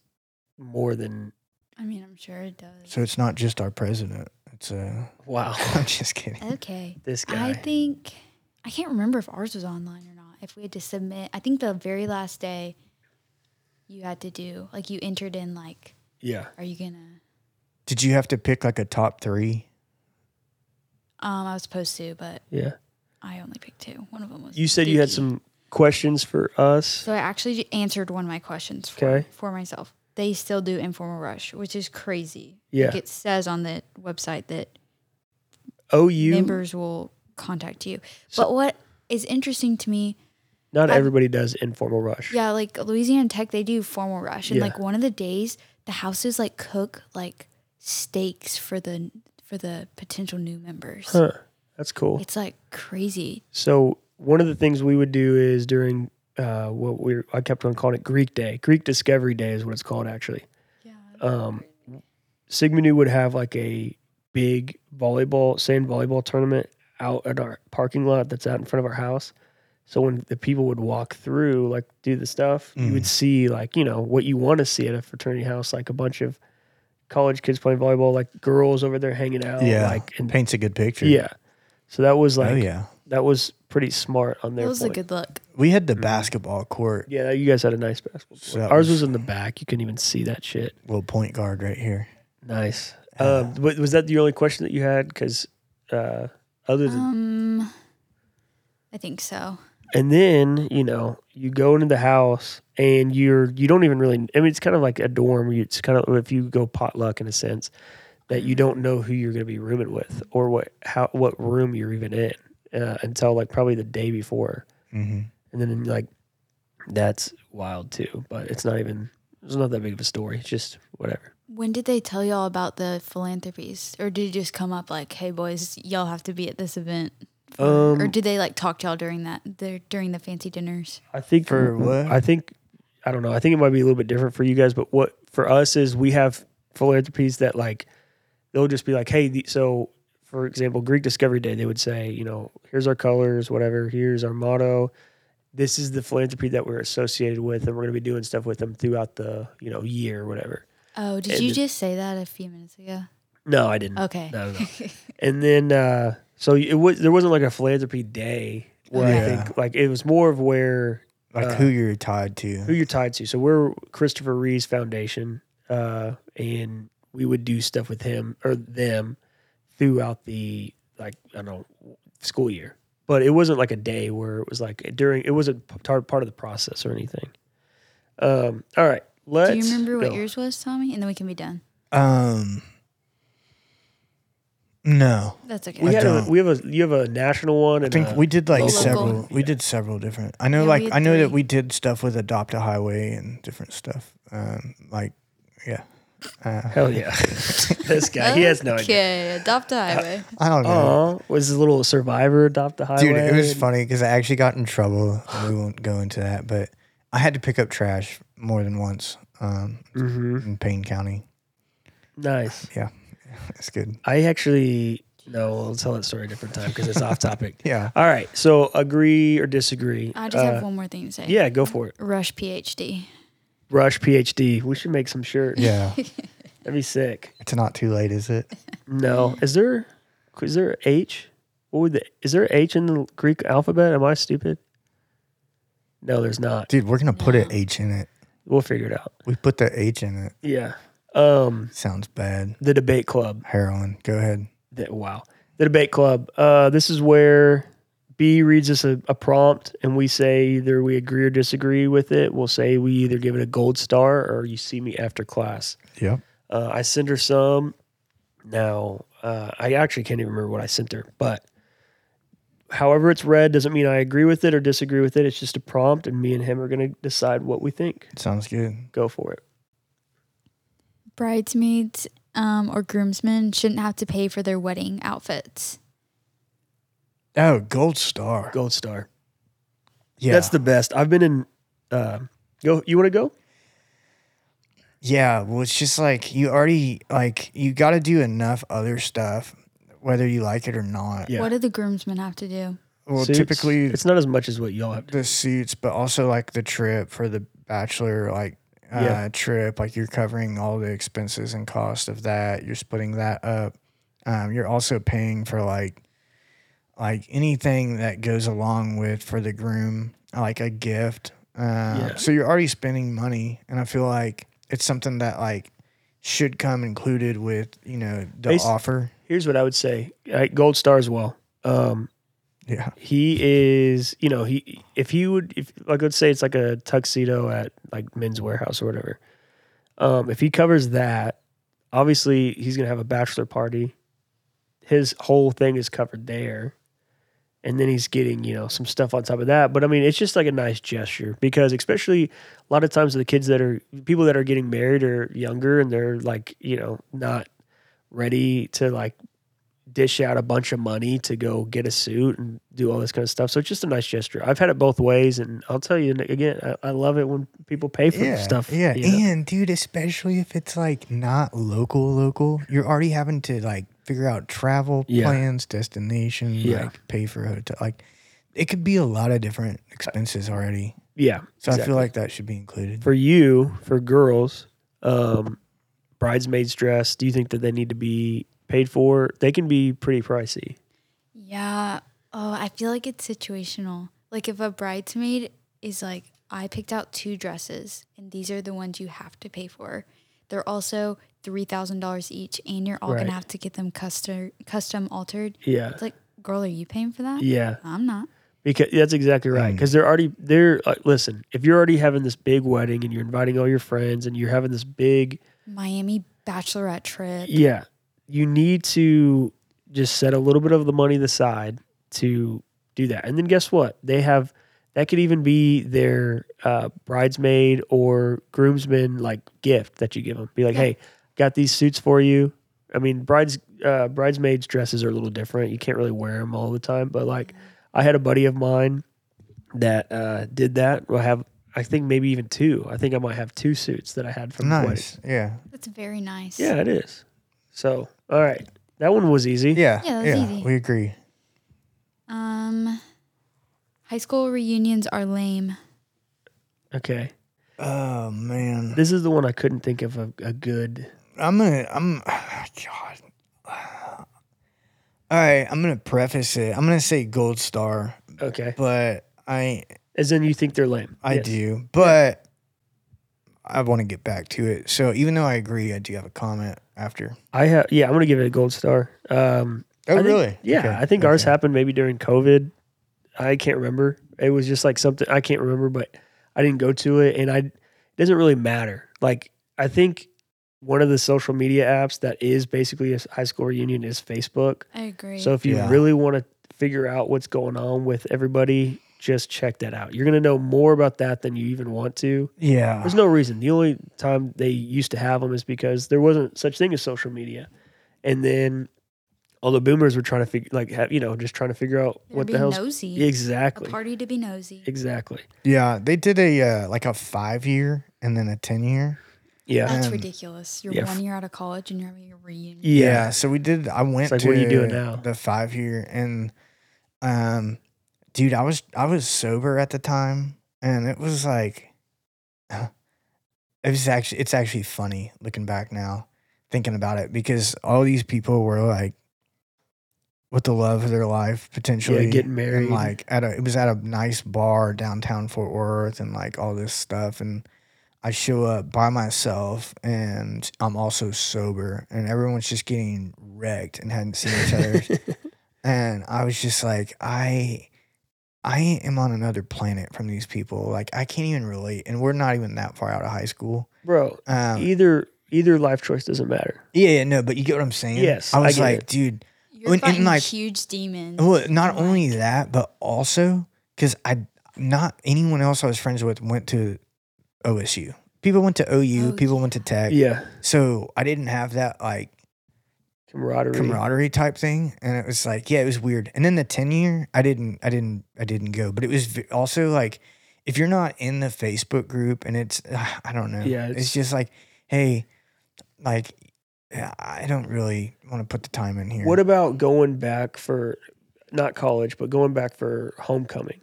B: more than
C: I mean, I'm sure it does.
A: so it's not just our president it's uh [laughs]
B: wow [laughs]
A: i'm just kidding
C: okay.
B: this
C: I
B: guy
C: think I can't remember if ours was online or not. if we had to submit, I think the very last day you had to do, like, you entered in, like,
B: Yeah.
C: are you gonna?
A: Did you have to pick like a top three?
C: Um, I was supposed to, but
B: Yeah.
C: I only picked two. One of them was.
B: You said you had
C: dookie.
B: some questions for us.
C: So I actually answered one of my questions for,
B: Okay.
C: for myself. They still do informal rush, which is crazy.
B: Yeah.
C: Like it says on the website that
B: OU.
C: members will contact you. but what is interesting to me,
B: not
C: I've-
B: everybody does informal rush.
C: yeah, like Louisiana Tech, they do formal rush, and
B: Yeah.
C: like one of the days, the houses like cook like steaks for the for the potential new members.
B: Huh. That's cool.
C: It's like crazy.
B: So one of the things we would do is during uh, what we are I kept on calling it Greek Day, Greek Discovery Day is what it's called actually.
C: Yeah.
B: Um, Sigma Nu would have like a big volleyball sand volleyball tournament out at our parking lot that's out in front of our house. So when the people would walk through, like do the stuff, you
A: Mm.
B: would see like you know what you want to see at a fraternity house, like a bunch of college kids playing volleyball, like girls over there hanging out,
A: yeah,
B: like and
A: paints a good picture.
B: yeah. So that was like
A: oh yeah.
B: that was pretty smart on their
C: That was a
B: point.
C: good look.
A: We had the
B: Mm-hmm.
A: basketball court,
B: yeah, you guys had a nice basketball. court.
A: So that
B: Ours
A: was-
B: was in the back; you couldn't even see that shit.
A: little point guard right here.
B: Nice. Um, wa- was that the only question that you had? Because uh, other than
C: Um, I think so.
B: and then you know you go into the house and you're you don't even really. I mean, it's kind of like a dorm. You, it's kind of if you go potluck in a sense that you don't know who you're going to be rooming with or what how what room you're even in uh, until like probably the day before.
A: hmm
B: And then like that's wild too, but it's not even it's not that big of a story. It's just whatever.
C: When did they tell y'all about the philanthropies, or did it just come up like, "Hey, boys, y'all have to be at this event"? for-"
B: Um,
C: or did they like talk to y'all during that the, during the fancy dinners?
B: I think
A: For what?
B: I think I don't know. I think it might be a little bit different for you guys, but what for us is we have philanthropies that like they'll just be like, hey, the, so for example, Greek Discovery Day, they would say, you know, here's our colors, whatever, here's our motto. This is the philanthropy that we're associated with, and we're going to be doing stuff with them throughout the you know year or whatever.
C: Oh, did
B: And
C: you
B: the-
C: just say that a few minutes ago?
B: No, I didn't.
C: Okay.
B: No, no,
C: [laughs]
B: no. and then uh, so it was there wasn't like a philanthropy day where I
A: Yeah.
B: think like it was more of where
A: Like
B: Uh,
A: who you're tied
B: who
A: to.
B: you're tied to. So we're Christopher Reeves Foundation, uh, and we would do stuff with him or them throughout the like I don't know school year. But it wasn't like a day where it was like during it wasn't p- tar- part of the process or anything. Um, all right, let's.
C: Do you remember what
B: go.
C: yours was, Tommy? And then we can be done.
A: Um, no,
C: That's okay.
B: We
A: I
B: had a,
A: don't.
B: we have a you have a national one.
A: I
B: And
A: think
B: a-
A: we did uh, like
C: Local.
A: several. We did several different. I know,
C: Yeah, we
A: like
C: had
A: I know that
C: three.
A: we did stuff with Adopt a Highway and different stuff. Um, like yeah, uh,
B: Hell
A: [laughs]
B: yeah, this guy he has no idea.
C: Okay, adopt a highway.
A: I don't know.
B: Oh, was a little survivor adopt the highway?
A: Dude, it was
B: and-
A: funny because I actually got in trouble. we won't go into that, but I had to pick up trash more than once um,
B: Mhm.
A: in Payne County. [laughs]
B: Nice.
A: That's good.
B: I actually no. I'll tell that story a different time because it's off topic.
A: Yeah.
B: All right. So agree or disagree?
C: I just
B: Uh,
C: have one more thing to say.
B: Yeah, go for it.
C: Rush PhD.
B: Rush PhD. We should make some shirts.
A: Yeah.
B: That'd be sick.
A: it's not too late, is it?
B: No, is there is there a H? What would the, is there a H in the Greek alphabet? Am I stupid? No, there's not.
A: Dude, we're going to put an H in it.
B: We'll figure it out.
A: We put the H in it.
B: Yeah. Um,
A: Sounds bad.
B: the debate club.
A: Heroin. Go ahead.
B: that wow the debate club uh, this is where b reads us a, a prompt and we say either we agree or disagree with it we'll say we either give it a gold star or you see me after class
A: Yeah.
B: uh, i send her some now uh, i actually can't even remember what i sent her but however it's read doesn't mean i agree with it or disagree with it it's just a prompt and me and him are going to decide what we think
A: Sounds good.
B: go for it
C: Bridesmaids um, or groomsmen shouldn't have to pay for their wedding outfits.
A: Oh, Gold Star.
B: gold star
A: Yeah.
B: that's the best i've been in uh, go you want to go
A: Yeah, well, it's just like you already like you got to do enough other stuff, whether you like it or not.
B: Yeah.
C: What do the groomsmen have to do?
A: Well,
B: Suits?
A: typically
B: it's not as much as what y'all have
A: the suits, but also like the trip for the bachelor, like uh,
B: Yeah.
A: trip. Like you're covering all the expenses and cost of that. You're splitting that up. Um, you're also paying for like like anything that goes along with for the groom like a gift. Uh,
B: Yeah.
A: So you're already spending money, and I feel like it's something that like should come included with you know the
B: Basi-
A: offer.
B: Here's what I would say: Uh, Gold Star as well. Um,
A: Yeah,
B: he is you know he if he would if like let's say it's like a tuxedo at like men's warehouse or whatever um if he covers that obviously he's gonna have a bachelor party his whole thing is covered there and then he's getting you know some stuff on top of that but i mean it's just like a nice gesture because especially a lot of times the kids that are people that are getting married are younger and they're like you know not ready to like dish out a bunch of money to go get a suit and do all this kind of stuff. So it's just a nice gesture. I've had it both ways, and I'll tell you again, I, I love it when people pay for
A: yeah,
B: stuff.
A: yeah.
B: you know?
A: And dude, especially if it's like not local, local, you're already having to like figure out travel
B: Yeah.
A: plans, destination,
B: Yeah.
A: like pay for a hotel. Like it could be a lot of different expenses already.
B: yeah.
A: So I
B: exactly.
A: feel like that should be included.
B: for you for girls um bridesmaids dress do you think that they need to be paid for they can be pretty pricey
C: Yeah. Oh, I feel like it's situational. Like if a bridesmaid is like, I picked out two dresses and these are the ones you have to pay for. They're also three thousand dollars each, and you're all all
B: Right.
C: gonna have to get them custom custom altered.
B: yeah
C: It's like, girl, are you paying for that?
B: yeah
C: I'm not.
B: because that's exactly right because they're already they're uh, listen if you're already having this big wedding and you're inviting all your friends and you're having this big
C: Miami bachelorette trip.
B: yeah you need to just set a little bit of the money aside to do that and then guess what they have that could even be their uh, bridesmaid or groomsman like gift that you give them be like hey got these suits for you i mean brides uh, bridesmaids dresses are a little different you can't really wear them all the time but like i had a buddy of mine that uh, did that i have i think maybe even two i think i might have two suits that i had from the wedding
A: Nice. Yeah.
C: That's very nice.
B: yeah, it is. So, all right. That one was easy.
A: Yeah.
C: Yeah, that's easy.
A: We agree.
C: Um, high school reunions are lame.
B: Okay.
A: Oh man.
B: This is the one I couldn't think of a, a good.
A: I'm gonna I'm [sighs] God. All right, I'm gonna preface it. I'm gonna say gold star,
B: Okay.
A: but I
B: As in, you think they're lame.
A: I
B: Yes.
A: do. But I wanna get back to it. So even though I agree, I do have a comment after.
B: I have. Yeah, I'm gonna give it a gold star. Um.
A: Oh
B: I think-
A: really?
B: Yeah,
A: Okay,
B: I think ours
A: okay.
B: happened maybe during COVID. I can't remember. It was just like something I can't remember, but I didn't go to it, and I it doesn't really matter. Like I think one of the social media apps that is basically a high school reunion is Facebook.
C: I agree.
B: So if you
A: Yeah.
B: really want to figure out what's going on with everybody, just check that out. You're going to know more about that than you even want to.
A: Yeah.
B: There's no reason. The only time they used to have them is because there wasn't such thing as social media. And then all the boomers were trying to figure like have, you know, just trying to figure out
C: They're
B: what the
C: being
B: hell's
C: nosy? A
B: exactly.
C: party to be nosy.
B: Exactly.
A: Yeah. They did a uh, like a five year and then a ten year.
B: Yeah.
C: That's
A: Um,
C: ridiculous. You're
B: yeah.
C: one year out of college and you're having a reunion.
A: Yeah.
B: Yeah.
A: so we did. I went
B: like,
A: to
B: what are you doing now?
A: the five year, and um, dude, I was I was sober at the time, and it was like, [sighs] it was actually it's actually funny looking back now, thinking about it because all these people were like, with the love of their life potentially
B: getting married.
A: and like at a it was at a nice bar downtown Fort Worth, and like all this stuff, and I show up by myself and I'm also sober and everyone's just getting wrecked and hadn't seen each
B: [laughs]
A: other. and I was just like, I I am on another planet from these people. Like I can't even relate. And we're not even that far out of high school.
B: Bro,
A: Um
B: either either life choice doesn't matter.
A: yeah, yeah, no, but you get what I'm saying?
B: Yes,
A: I
B: I
A: was
B: get
A: like,
B: it.
A: dude,
C: You're
A: When- and,
C: fighting
A: like-
C: huge demons.
A: well, not
C: and, like,
A: only that, but also because I not anyone else I was friends with went to OSU. People went to OU,
C: Oh,
A: people went to Tech.
B: Yeah.
A: So I didn't have that like
B: Camaraderie.
A: camaraderie type thing and it was like yeah it was weird and then the 10 year i didn't i didn't i didn't go but it was v- also like if you're not in the facebook group and it's [sighs] i don't know
B: Yeah,
A: it's,
B: it's-
A: just like hey like yeah, i don't really want to put the time in here
B: What about going back for not college, but going back for homecoming?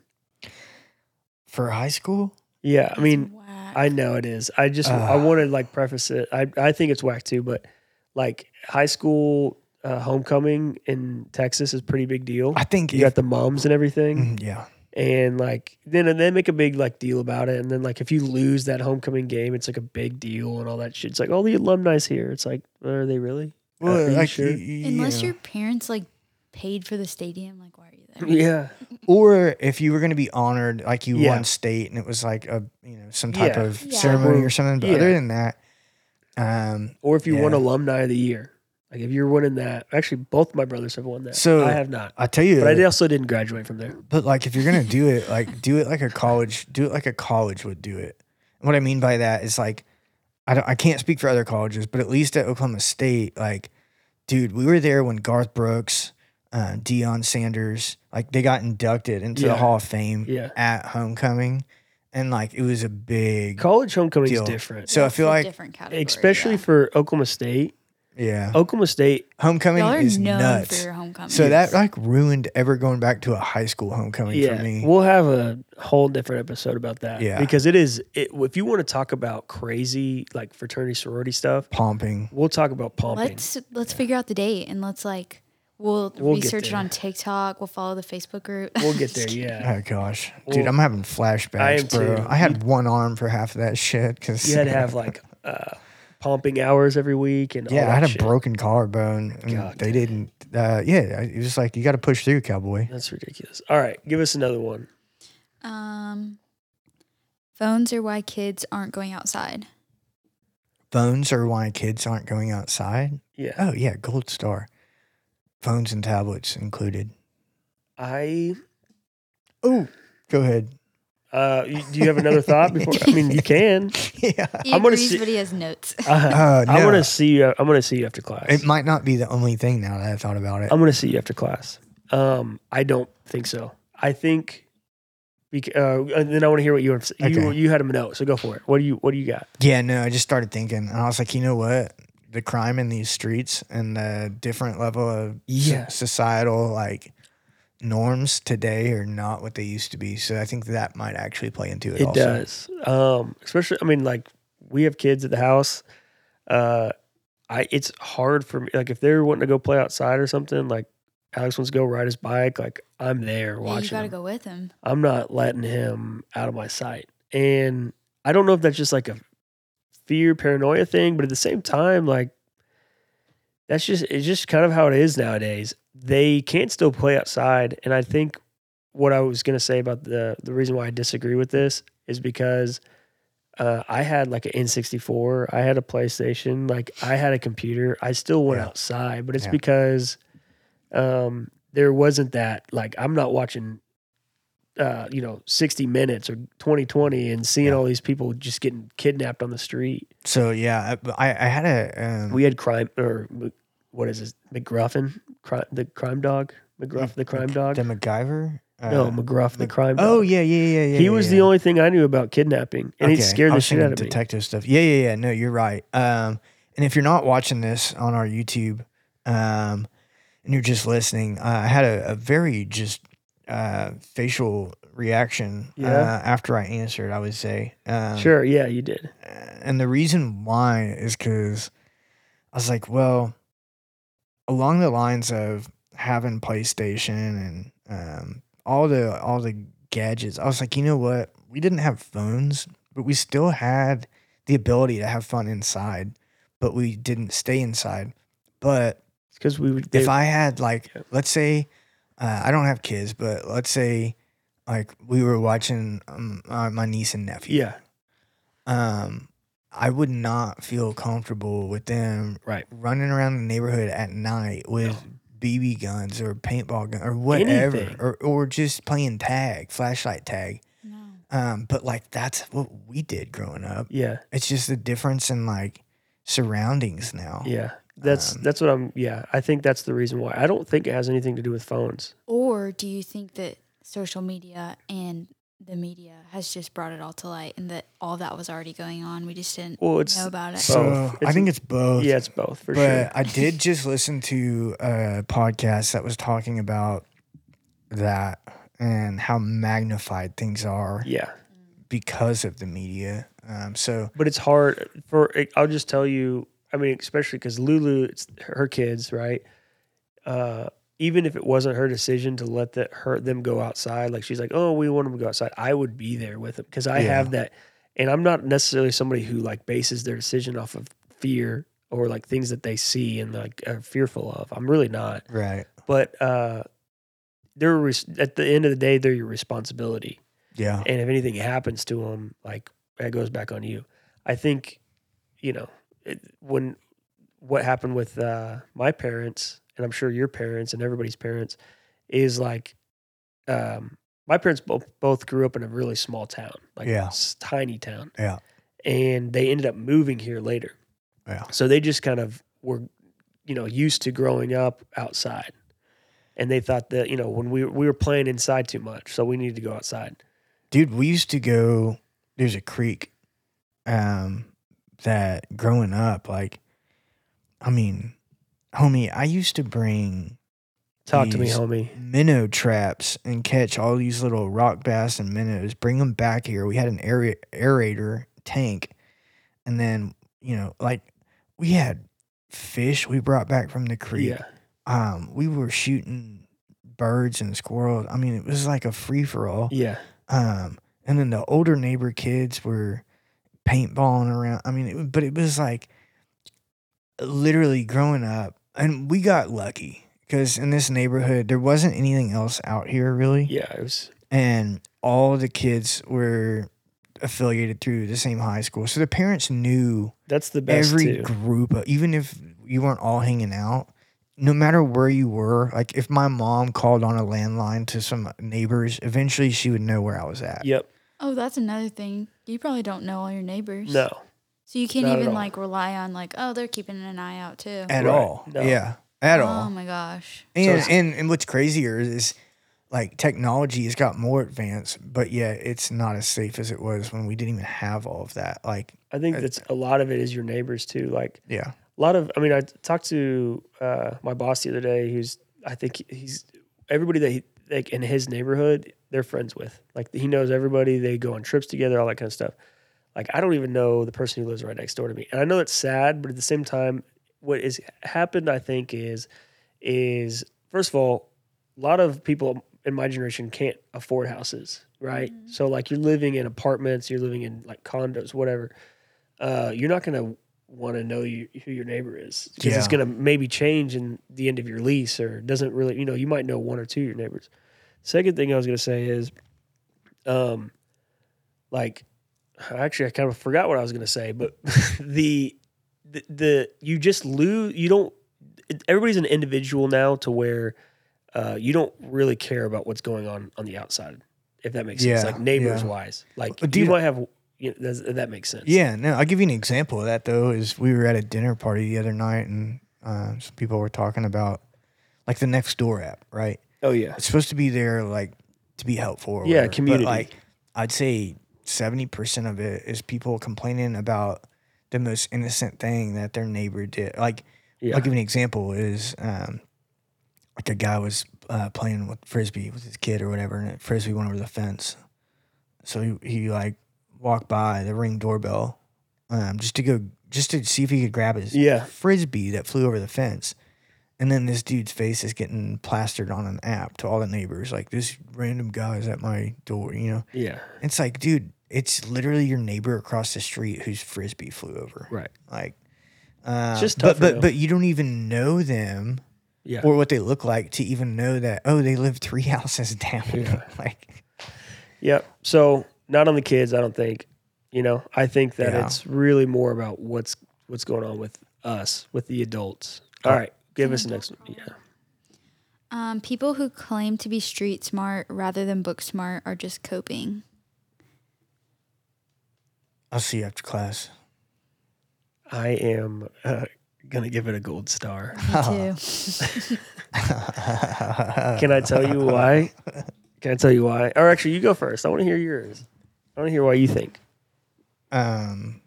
A: for high school
B: Yeah, I
C: that's
B: mean,
C: whack.
B: I know it is. I just I
A: Ugh.
B: want to like preface it. I I think it's whack too, but like high school uh, homecoming in Texas is pretty big deal.
A: i think
B: You
A: if-
B: got the moms and everything.
A: Mm, yeah
B: and like then and then make a big like deal about it and then like if you lose that homecoming game it's like a big deal and all that shit it's like all the alumni's here it's like are they really
A: Well,
B: Are you
A: like,
B: sure?
A: y- y-
C: Unless
A: yeah.
C: your parents like paid for the stadium, like why are you there?
B: yeah
A: or if you were going to be honored, like you
B: Yeah.
A: won state, and it was like a you know some type
B: Yeah.
A: of
C: Yeah.
A: ceremony or something. But
B: Yeah.
A: other than that, um,
B: or if you won
A: Yeah.
B: alumni of the year like if you're winning that actually both my brothers have won that
A: So-
B: i have not
A: I tell you,
B: but i also didn't graduate from there
A: But like, if you're gonna do
B: [laughs]
A: it, like do it like a college, do it like a college would do it. What I mean by that is like, I don't, I can't speak for other colleges, but at least at Oklahoma State, like, dude, we were there when Garth Brooks, uh, Deion Sanders, like they got inducted into
B: Yeah.
A: the Hall of Fame
B: Yeah.
A: at homecoming, and like it was a big,
B: college homecoming is
A: Deal.
B: different
A: So I
C: That's
A: feel
C: a
A: like-
C: different category,
B: especially
C: yeah.
B: for oklahoma state
A: yeah,
B: oklahoma state
A: homecoming
C: y'all are
A: is
C: known
A: nuts.
C: for um, your homecoming.
A: So that like ruined ever going back to a high school homecoming
B: yeah,
A: for me.
B: We'll have a whole different episode about that.
A: Yeah.
B: Because it is, it, if you want to talk about crazy like fraternity sorority stuff,
A: Pumping.
B: we'll talk about pumping.
C: let's let's figure out the date and let's like we'll,
B: We'll get
C: research it
B: there.
C: on TikTok. We'll follow the Facebook group.
B: We'll
C: [laughs]
B: get
A: [laughs]
B: there. Yeah.
A: Oh gosh, dude,
B: Well,
A: I'm having flashbacks,
B: I am
A: bro.
B: too.
A: I had one arm for half of that shit because
B: You had to have like uh, pumping hours every week and
A: [laughs]
B: all
A: yeah, I
B: that
A: had a
B: shit.
A: broken collarbone. and
B: God
A: they didn't. Uh, yeah, I- it was like you got to push through, cowboy.
B: That's ridiculous. All right, give us another one.
C: Um, phones are why kids aren't going outside.
A: Phones are why kids aren't going outside.
B: Yeah.
A: Oh yeah, gold star. Phones and tablets included.
B: I
A: Oh, go ahead. [laughs]
B: uh, you- do you have another thought before? I mean, you can.
A: yeah.
B: [laughs]
C: He
B: I'm gonna
C: agrees,
B: see-
C: but he has notes.
B: Uh,
A: [laughs] Uh, no,
B: I want to see you. I'm going to see you after class.
A: it might not be the only thing now that I thought about it.
B: I'm gonna see you after class. Um, I don't think so. I think, bec- uh, and then I want to hear what you have. to- You
A: Okay.
B: you had a note, so go for it. What do you What do you got?
A: Yeah, no, I just started thinking, and I was like, you know what? The crime in these streets and the different level of so-
B: Yeah.
A: societal like norms today are not what they used to be. So I think that might actually play into it.
B: It
A: also.
B: does, um, especially. I mean, like we have kids at the house. Uh, I it's hard for me. Like if they're wanting to go play outside or something, like Alex wants to go ride his bike. Like I'm there
C: Yeah,
B: [laughs]
C: you
B: watching.
C: gotta
B: him.
C: go with him.
B: I'm not letting him out of my sight. And I don't know if that's just like a fear paranoia thing, but at the same time, like that's just it's just kind of how it is nowadays. They can't still play outside, and I think what I was gonna say about the the reason why I disagree with this is because uh, I had like an N64, I had a PlayStation, like I had a computer. I still went
A: Yeah.
B: outside, but it's
A: Yeah.
B: because um, there wasn't that like I'm not watching uh, you know 60 minutes or 2020 and seeing
A: Yeah.
B: all these people just getting kidnapped on the street.
A: So yeah, I, I had a um,
B: We had crime or m- what is this McGruffin, crime, the crime dog, McGruff the crime dog.
A: the MacGyver. Mm-hmm. Uh,
B: no, McGruff the
A: Mc-
B: crime. dog.
A: Oh yeah, yeah, yeah, yeah.
B: he
A: yeah,
B: was
A: yeah.
B: the only thing I knew about kidnapping, and he
A: Okay,
B: scared
A: I
B: the
A: was
B: shit
A: thinking
B: out of me.
A: detective stuff. Yeah, yeah, yeah. No, you're right. Um, and if you're not watching this on our YouTube, um, and you're just listening, uh, I had a, a very just uh, facial reaction
B: Yeah.
A: uh, after I answered. I would say, um,
B: Sure, yeah, you did.
A: And the reason why is because I was like, well, along the lines of having PlayStation and um, all the all the gadgets, I was like, you know what? We didn't have phones, but we still had the ability to have fun inside, but we didn't stay inside. But
B: Because we would. They,
A: if I had like,
B: Yeah.
A: let's say, uh, I don't have kids, but let's say, like we were watching um, uh, my niece and nephew
B: yeah,
A: um, I would not feel comfortable with them
B: right.
A: running around the neighborhood at night with BB guns or paintball gun or whatever,
B: Anything.
A: or, or just playing tag, flashlight tag.
C: No.
A: Um, but like that's what we did growing up.
B: Yeah,
A: It's just the difference in like surroundings now.
B: yeah. That's
A: Um,
B: that's what I'm. Yeah, I think that's the reason why. I don't think it has anything to do with phones.
C: Or do you think that social media and the media has just brought it all to light, and that all that was already going on? We just didn't
B: Well, it's
C: know about it.
A: So
B: Both.
A: I
B: It's-
A: think it's both.
B: yeah, it's both for
A: but
B: sure.
A: I
B: [laughs]
A: did just listen to a podcast that was talking about that and how magnified things are
B: Yeah,
A: because of the media. Um, so
B: but it's hard for i'll just tell you i mean especially because lulu it's her kids right uh even if it wasn't her decision to let that her them go outside, like she's like, oh, we want them to go outside, I would be there with them because I
A: Yeah.
B: have that, and I'm not necessarily somebody who like bases their decision off of fear or like things that they see and like are fearful of. I'm really not,
A: Right.
B: but uh, they're res- at the end of the day, they're your responsibility
A: Yeah.
B: and if anything happens to them, like that goes back on you. I think, you know, it, when what happened with uh, my parents, and I'm sure your parents and everybody's parents, is like, um, my parents both both grew up in a really small town, like
A: Yeah.
B: s- tiny town,
A: Yeah.
B: and they ended up moving here later.
A: Yeah.
B: So they just kind of were, you know, used to growing up outside. And they thought that, you know, when we, we were playing inside too much, so we needed to go outside.
A: Dude, we used to go there's a creek um that growing up, like I mean, homie, I used to bring
B: Talk to me,
A: These-
B: homie.
A: minnow traps and catch all these little rock bass and minnows. Bring them back here. We had an aer- aerator tank, and then you know, like we had fish we brought back from the creek.
B: Yeah.
A: Um, we were shooting birds and squirrels. I mean, it was like a free for all.
B: Yeah.
A: Um, and then the older neighbor kids were paintballing around. I mean, it, but it was like literally growing up, and we got lucky because in this neighborhood there wasn't anything else out here really,
B: Yeah. It was
A: and all the kids were affiliated through the same high school, so the parents knew
B: that's the best
A: every
B: too.
A: group, of, even if you weren't all hanging out, no matter where you were, like if my mom called on a landline to some neighbors, eventually she would know where I was at.
B: Yep.
C: Oh, that's another thing. You probably don't know all your neighbors.
B: No.
C: So you can't
B: Not at
C: even
B: all.
C: like rely on like, oh, they're keeping an eye out too.
A: At
B: Right.
A: all.
B: No.
A: Yeah. At
C: oh
A: all.
C: my gosh.
A: And,
B: it's-
A: and and what's crazier is like technology has got more advanced, but yet it's not as safe as it was when we didn't even have all of that. Like,
B: I think
A: Uh,
B: that's a lot of it is your neighbors too. Like
A: yeah.
B: a lot of, I mean, I talked to uh, my boss the other day who's, I think he's everybody that he, like in his neighborhood, they're friends with. Like he knows everybody. They go on trips together, all that kind of stuff. Like I don't even know the person who lives right next door to me. And I know it's sad, but at the same time, what has happened, I think, is is first of all, a lot of people in my generation can't afford houses, right? So like you're living in apartments, you're living in like condos, whatever. Uh, you're not gonna want to know you, who your neighbor is because it's
A: Yeah.
B: gonna maybe change in the end of your lease or doesn't really, you know, you might know one or two of your neighbors. Second thing I was gonna say is, um, like actually I kind of forgot what I was gonna say, but [laughs] the the, the you just lose you don't it- everybody's an individual now to where uh, you don't really care about what's going on on the outside if that makes sense
A: Yeah,
B: like neighbors
A: yeah.
B: wise like
A: But do
B: you
A: you-
B: might have you know, that's, that makes sense
A: Yeah. No, I'll give you an example of that though, is we were at a dinner party the other night and uh, some people were talking about like the next door app, right?
B: oh yeah
A: It's supposed to be there like to be helpful. Or
B: Yeah,
A: whatever, but,
B: community.
A: like I'd say seventy percent of it is people complaining about the most innocent thing that their neighbor did. Like
B: yeah
A: I'll give you an example is um, like a guy was uh, playing with frisbee with his kid or whatever, and frisbee went over the fence. So he, he like walked by the ring doorbell um, just to go just to see if he could grab his
B: Yeah.
A: frisbee that flew over the fence. And then this dude's face is getting plastered on an app to all the neighbors, like this random guy is at my door, you know.
B: yeah
A: It's like, dude, it's literally your neighbor across the street whose frisbee flew over.
B: right
A: Like, uh,
B: just
A: but
B: tougher
A: but
B: though.
A: but you don't even know them
B: yeah
A: or what they look like to even know that oh they live three [laughs] houses down.
B: Yeah.
A: [laughs] like
B: yeah so not on the kids I don't think you know I think that
A: Yeah.
B: it's really more about what's what's going on with us with the adults all right give us the next one yeah
C: Um, people who claim to be street smart rather than book smart are just coping.
A: I'll see you after class. [laughs]
B: I am uh, gonna give it a gold star. [laughs]
C: Me too.
B: Can I tell
A: [laughs]
B: you why? Can I tell you why? Or actually, you go first. I want to hear yours. I want to hear why you think.
A: Um,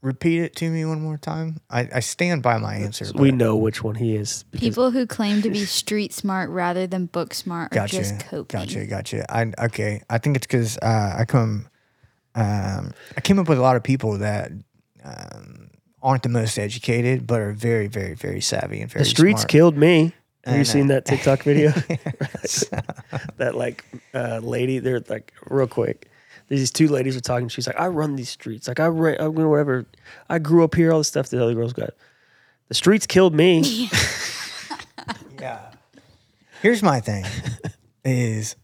A: repeat it to me one more time. I, I stand by my answer.
B: we
A: but-
B: know which one he is. because-
C: People who claim to be street smart rather than book smart are just
A: Gotcha.
C: coping.
A: Gotcha. Gotcha. I okay. I think it's because uh, I come, um, I came up with a lot of people that um, aren't the most educated, but are very, very, very savvy and very
B: the streets
A: smart.
B: killed me. Have you seen that
A: [laughs]
B: TikTok video? [laughs] that like uh, lady, they're like real quick. These two ladies were talking. She's like, I run these streets. Like I ran, I mean, whatever. I grew up here. All the stuff the other girls got. The streets
A: [laughs]
B: killed me.
A: yeah. Here's my thing: is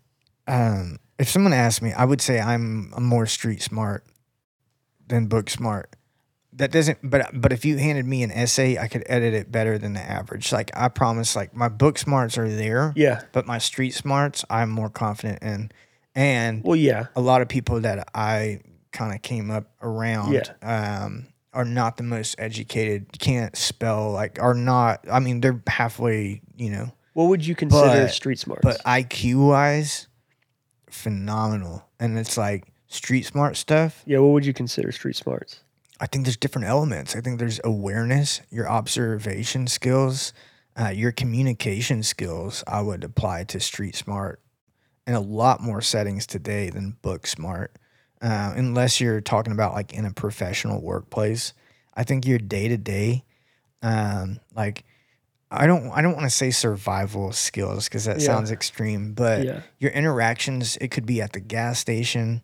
A: um, if someone asked me, I would say I'm I'm more street smart than book smart. That doesn't, but but if you handed me an essay, I could edit it better than the average. Like I promise, like my book smarts are there,
B: yeah.
A: but my street smarts I'm more confident in, and
B: Well, yeah.
A: a lot of people that I kind of came up around
B: Yeah.
A: um, are not the most educated, can't spell, like are not. I mean, they're halfway, you know,
B: What would you consider
A: But-
B: street smarts?
A: but IQ wise, phenomenal. And it's like street smart stuff.
B: yeah. What would you consider street smarts?
A: I think there's different elements. I think there's awareness, your observation skills, uh, your communication skills. I would apply to street smart in a lot more settings today than book smart. Uh, unless you're talking about like in a professional workplace, I think your day to day, like I don't I don't want to say survival skills because that
B: Yeah.
A: sounds extreme, but
B: yeah.
A: your interactions it could be at the gas station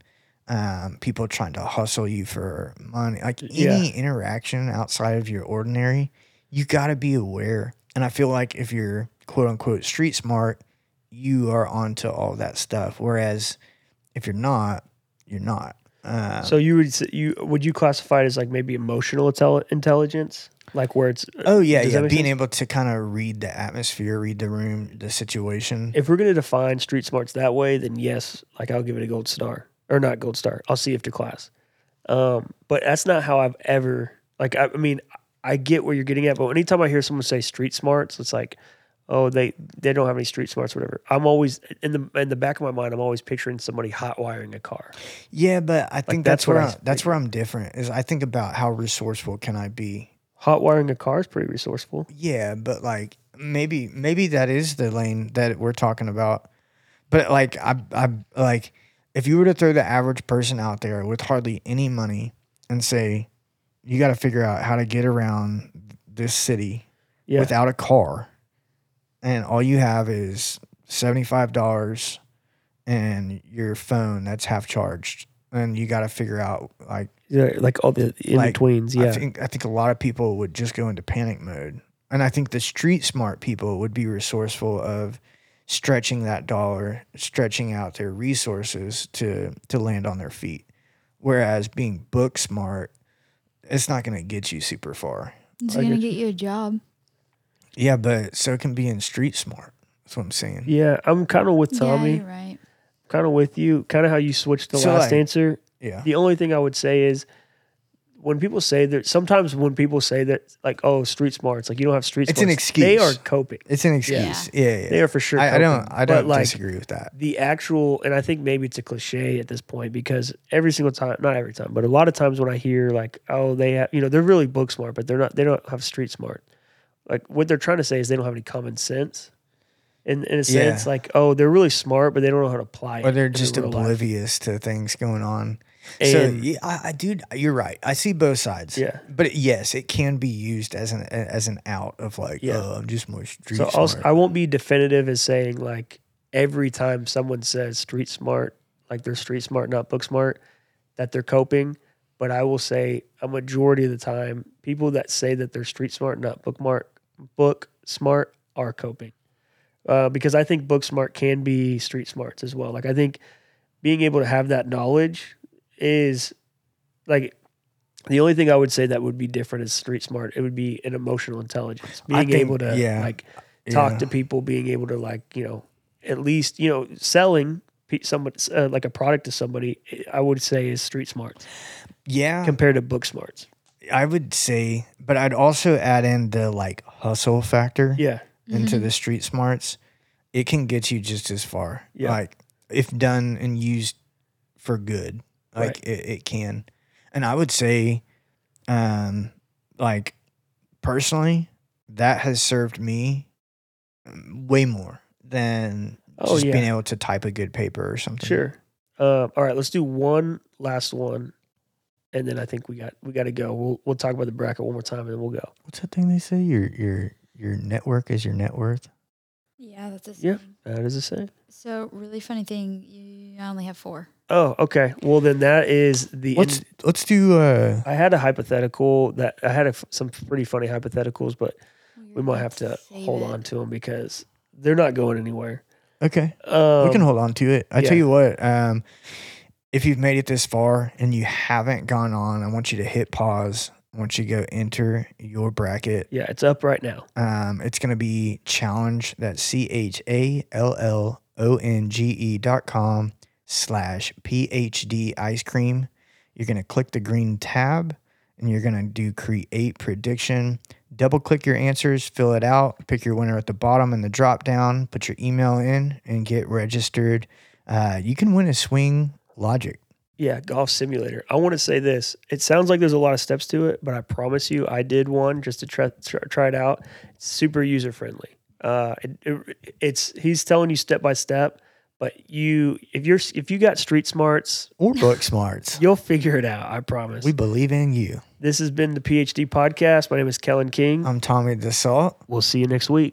A: um, people trying to hustle you for money like any
B: Yeah.
A: interaction outside of your ordinary you got to be aware and i feel like if you're quote unquote street smart you are onto all that stuff whereas if you're not you're not uh,
B: So you would s- you would you classify it as like maybe emotional intel- intelligence, like where it's
A: oh yeah
B: does that
A: yeah
B: make
A: being
B: sense?
A: able to kind of read the atmosphere read the room the situation
B: if we're going to define street smarts that way, then yes, like I'll give it a gold star or not gold star. I'll see if to class. Um, but that's not how I've ever like. I, I mean, I get where you're getting at, but anytime I hear someone say street smarts, it's like, oh, they they don't have any street smarts, whatever. I'm always in the in the back of my mind, I'm always picturing somebody hot wiring a car.
A: yeah but i think
B: that's
A: that's,
B: what
A: where
B: I
A: I, that's where i'm different is i think about how resourceful can i be
B: Hot wiring a car is pretty resourceful.
A: Yeah, but like maybe maybe that is the lane that we're talking about. But like I I like if you were to throw the average person out there with hardly any money and say you got to figure out how to get around this city
B: Yeah,
A: without a car and all you have is $75 and your phone that's half charged and you got to figure out like
B: Yeah, like all the in
A: Like,
B: betweens.
A: I
B: Yeah,
A: think I think a lot of people would just go into panic mode. And I think the street smart people would be resourceful of stretching that dollar, stretching out their resources to to land on their feet. Whereas being book smart, it's not going to get you super far.
C: It's
B: I
C: gonna
B: get
C: get you a job.
A: Yeah, but so can being street smart. That's what I'm saying.
B: yeah. I'm kind of with Tommy.
C: Yeah, you're right.
B: kind of with you, kind of how you switched the
A: So,
B: last
A: like-
B: answer.
A: Yeah.
B: The only thing I would say is when people say that, sometimes when people say that, like, oh, street smarts, like you don't have street
A: It's an
B: smarts, they are
A: excuse.
B: coping.
A: It's an excuse. Yeah, yeah.
B: They are for sure.
A: I, I
B: coping.
A: don't I
B: But,
A: don't
B: like
A: disagree with that.
B: the actual, and I think maybe it's a cliche at this point because every single time, not every time, but a lot of times when I hear like, oh, they have, you know, they're really book smart, but they're not, they don't have street smart. Like what they're trying to say is they don't have any common sense. In, in a sense, like, oh, they're really smart, but they don't know how to apply it.
A: Or they're
B: in
A: just
B: real life.
A: oblivious to things going on.
B: And-
A: so, yeah, I, I, dude, you're right. I see both sides.
B: Yeah.
A: but it- yes, it can be used as an as an out of like,
B: Yeah.
A: oh, I'm just more street
B: So
A: smart.
B: also, I won't be definitive as saying like every time someone says street smart, like they're street smart, not book smart, that they're coping. But I will say a majority of the time, people that say that they're street smart, not book smart, book smart are coping. Uh, because I think book smart can be street smarts as well. Like I think being able to have that knowledge is like the only thing I would say that would be different is street smart. It would be an emotional intelligence,
A: I
B: being
A: think-
B: able to
A: yeah.
B: like talk
A: Yeah.
B: to people, being able to like you know at least you know selling pe- somebody uh, like a product to somebody. I would say is street smarts
A: yeah,
B: compared to book smarts.
A: I would say, but I'd also add in the like hustle factor
B: Yeah,
A: into
C: Mm-hmm.
A: the street smarts. It can get you just as far.
B: Yeah.
A: like if done and used for good, like
B: Right.
A: it, it can. And I would say, um, like personally, that has served me um, way more than
B: Oh,
A: just
B: yeah.
A: being able to type a good paper or something.
B: sure. Uh, all right, let's do one last one, and then I think we got we got to go. We'll we'll talk about the bracket one more time, and then we'll go.
A: What's that thing they say? Your your your network is your net worth.
C: Yeah, that's a
B: Yeah.
C: saying.
B: That is a saying.
C: So really funny thing, you I only have four.
B: Oh, okay. Well, then that is the.
A: Let's
B: end-
A: let's do uh
B: I had a hypothetical that I had a f some pretty funny hypotheticals, but we might have to
C: Save
B: hold
C: it.
B: on to them because they're not going anywhere.
A: okay.
B: Um,
A: we can hold on to it. I
B: yeah.
A: tell you what, um, if you've made it this far and you haven't gone on, I want you to hit pause. I want you to go enter your bracket.
B: yeah, it's up right now.
A: Um, it's going to be challenge that C H A L L O N G E dot com slash PhD ice cream. You're going to click the green tab and you're going to do create prediction. Double click your answers, fill it out, pick your winner at the bottom in the drop down, put your email in, and get registered. Uh, you can win a swing logic.
B: Yeah, golf simulator. I want to say this. It sounds like there's a lot of steps to it, but I promise you, I did one just to try, try, try it out. It's super user friendly. Uh, it, it- it's he's telling you step by step, but you if you're if you got street smarts,
A: Or book smarts.
B: you'll figure it out. I promise.
A: We believe in you.
B: this has been the PhD podcast. My name is Kellen King.
A: I'm Tommy DeSalt.
B: Um, We'll see you next week.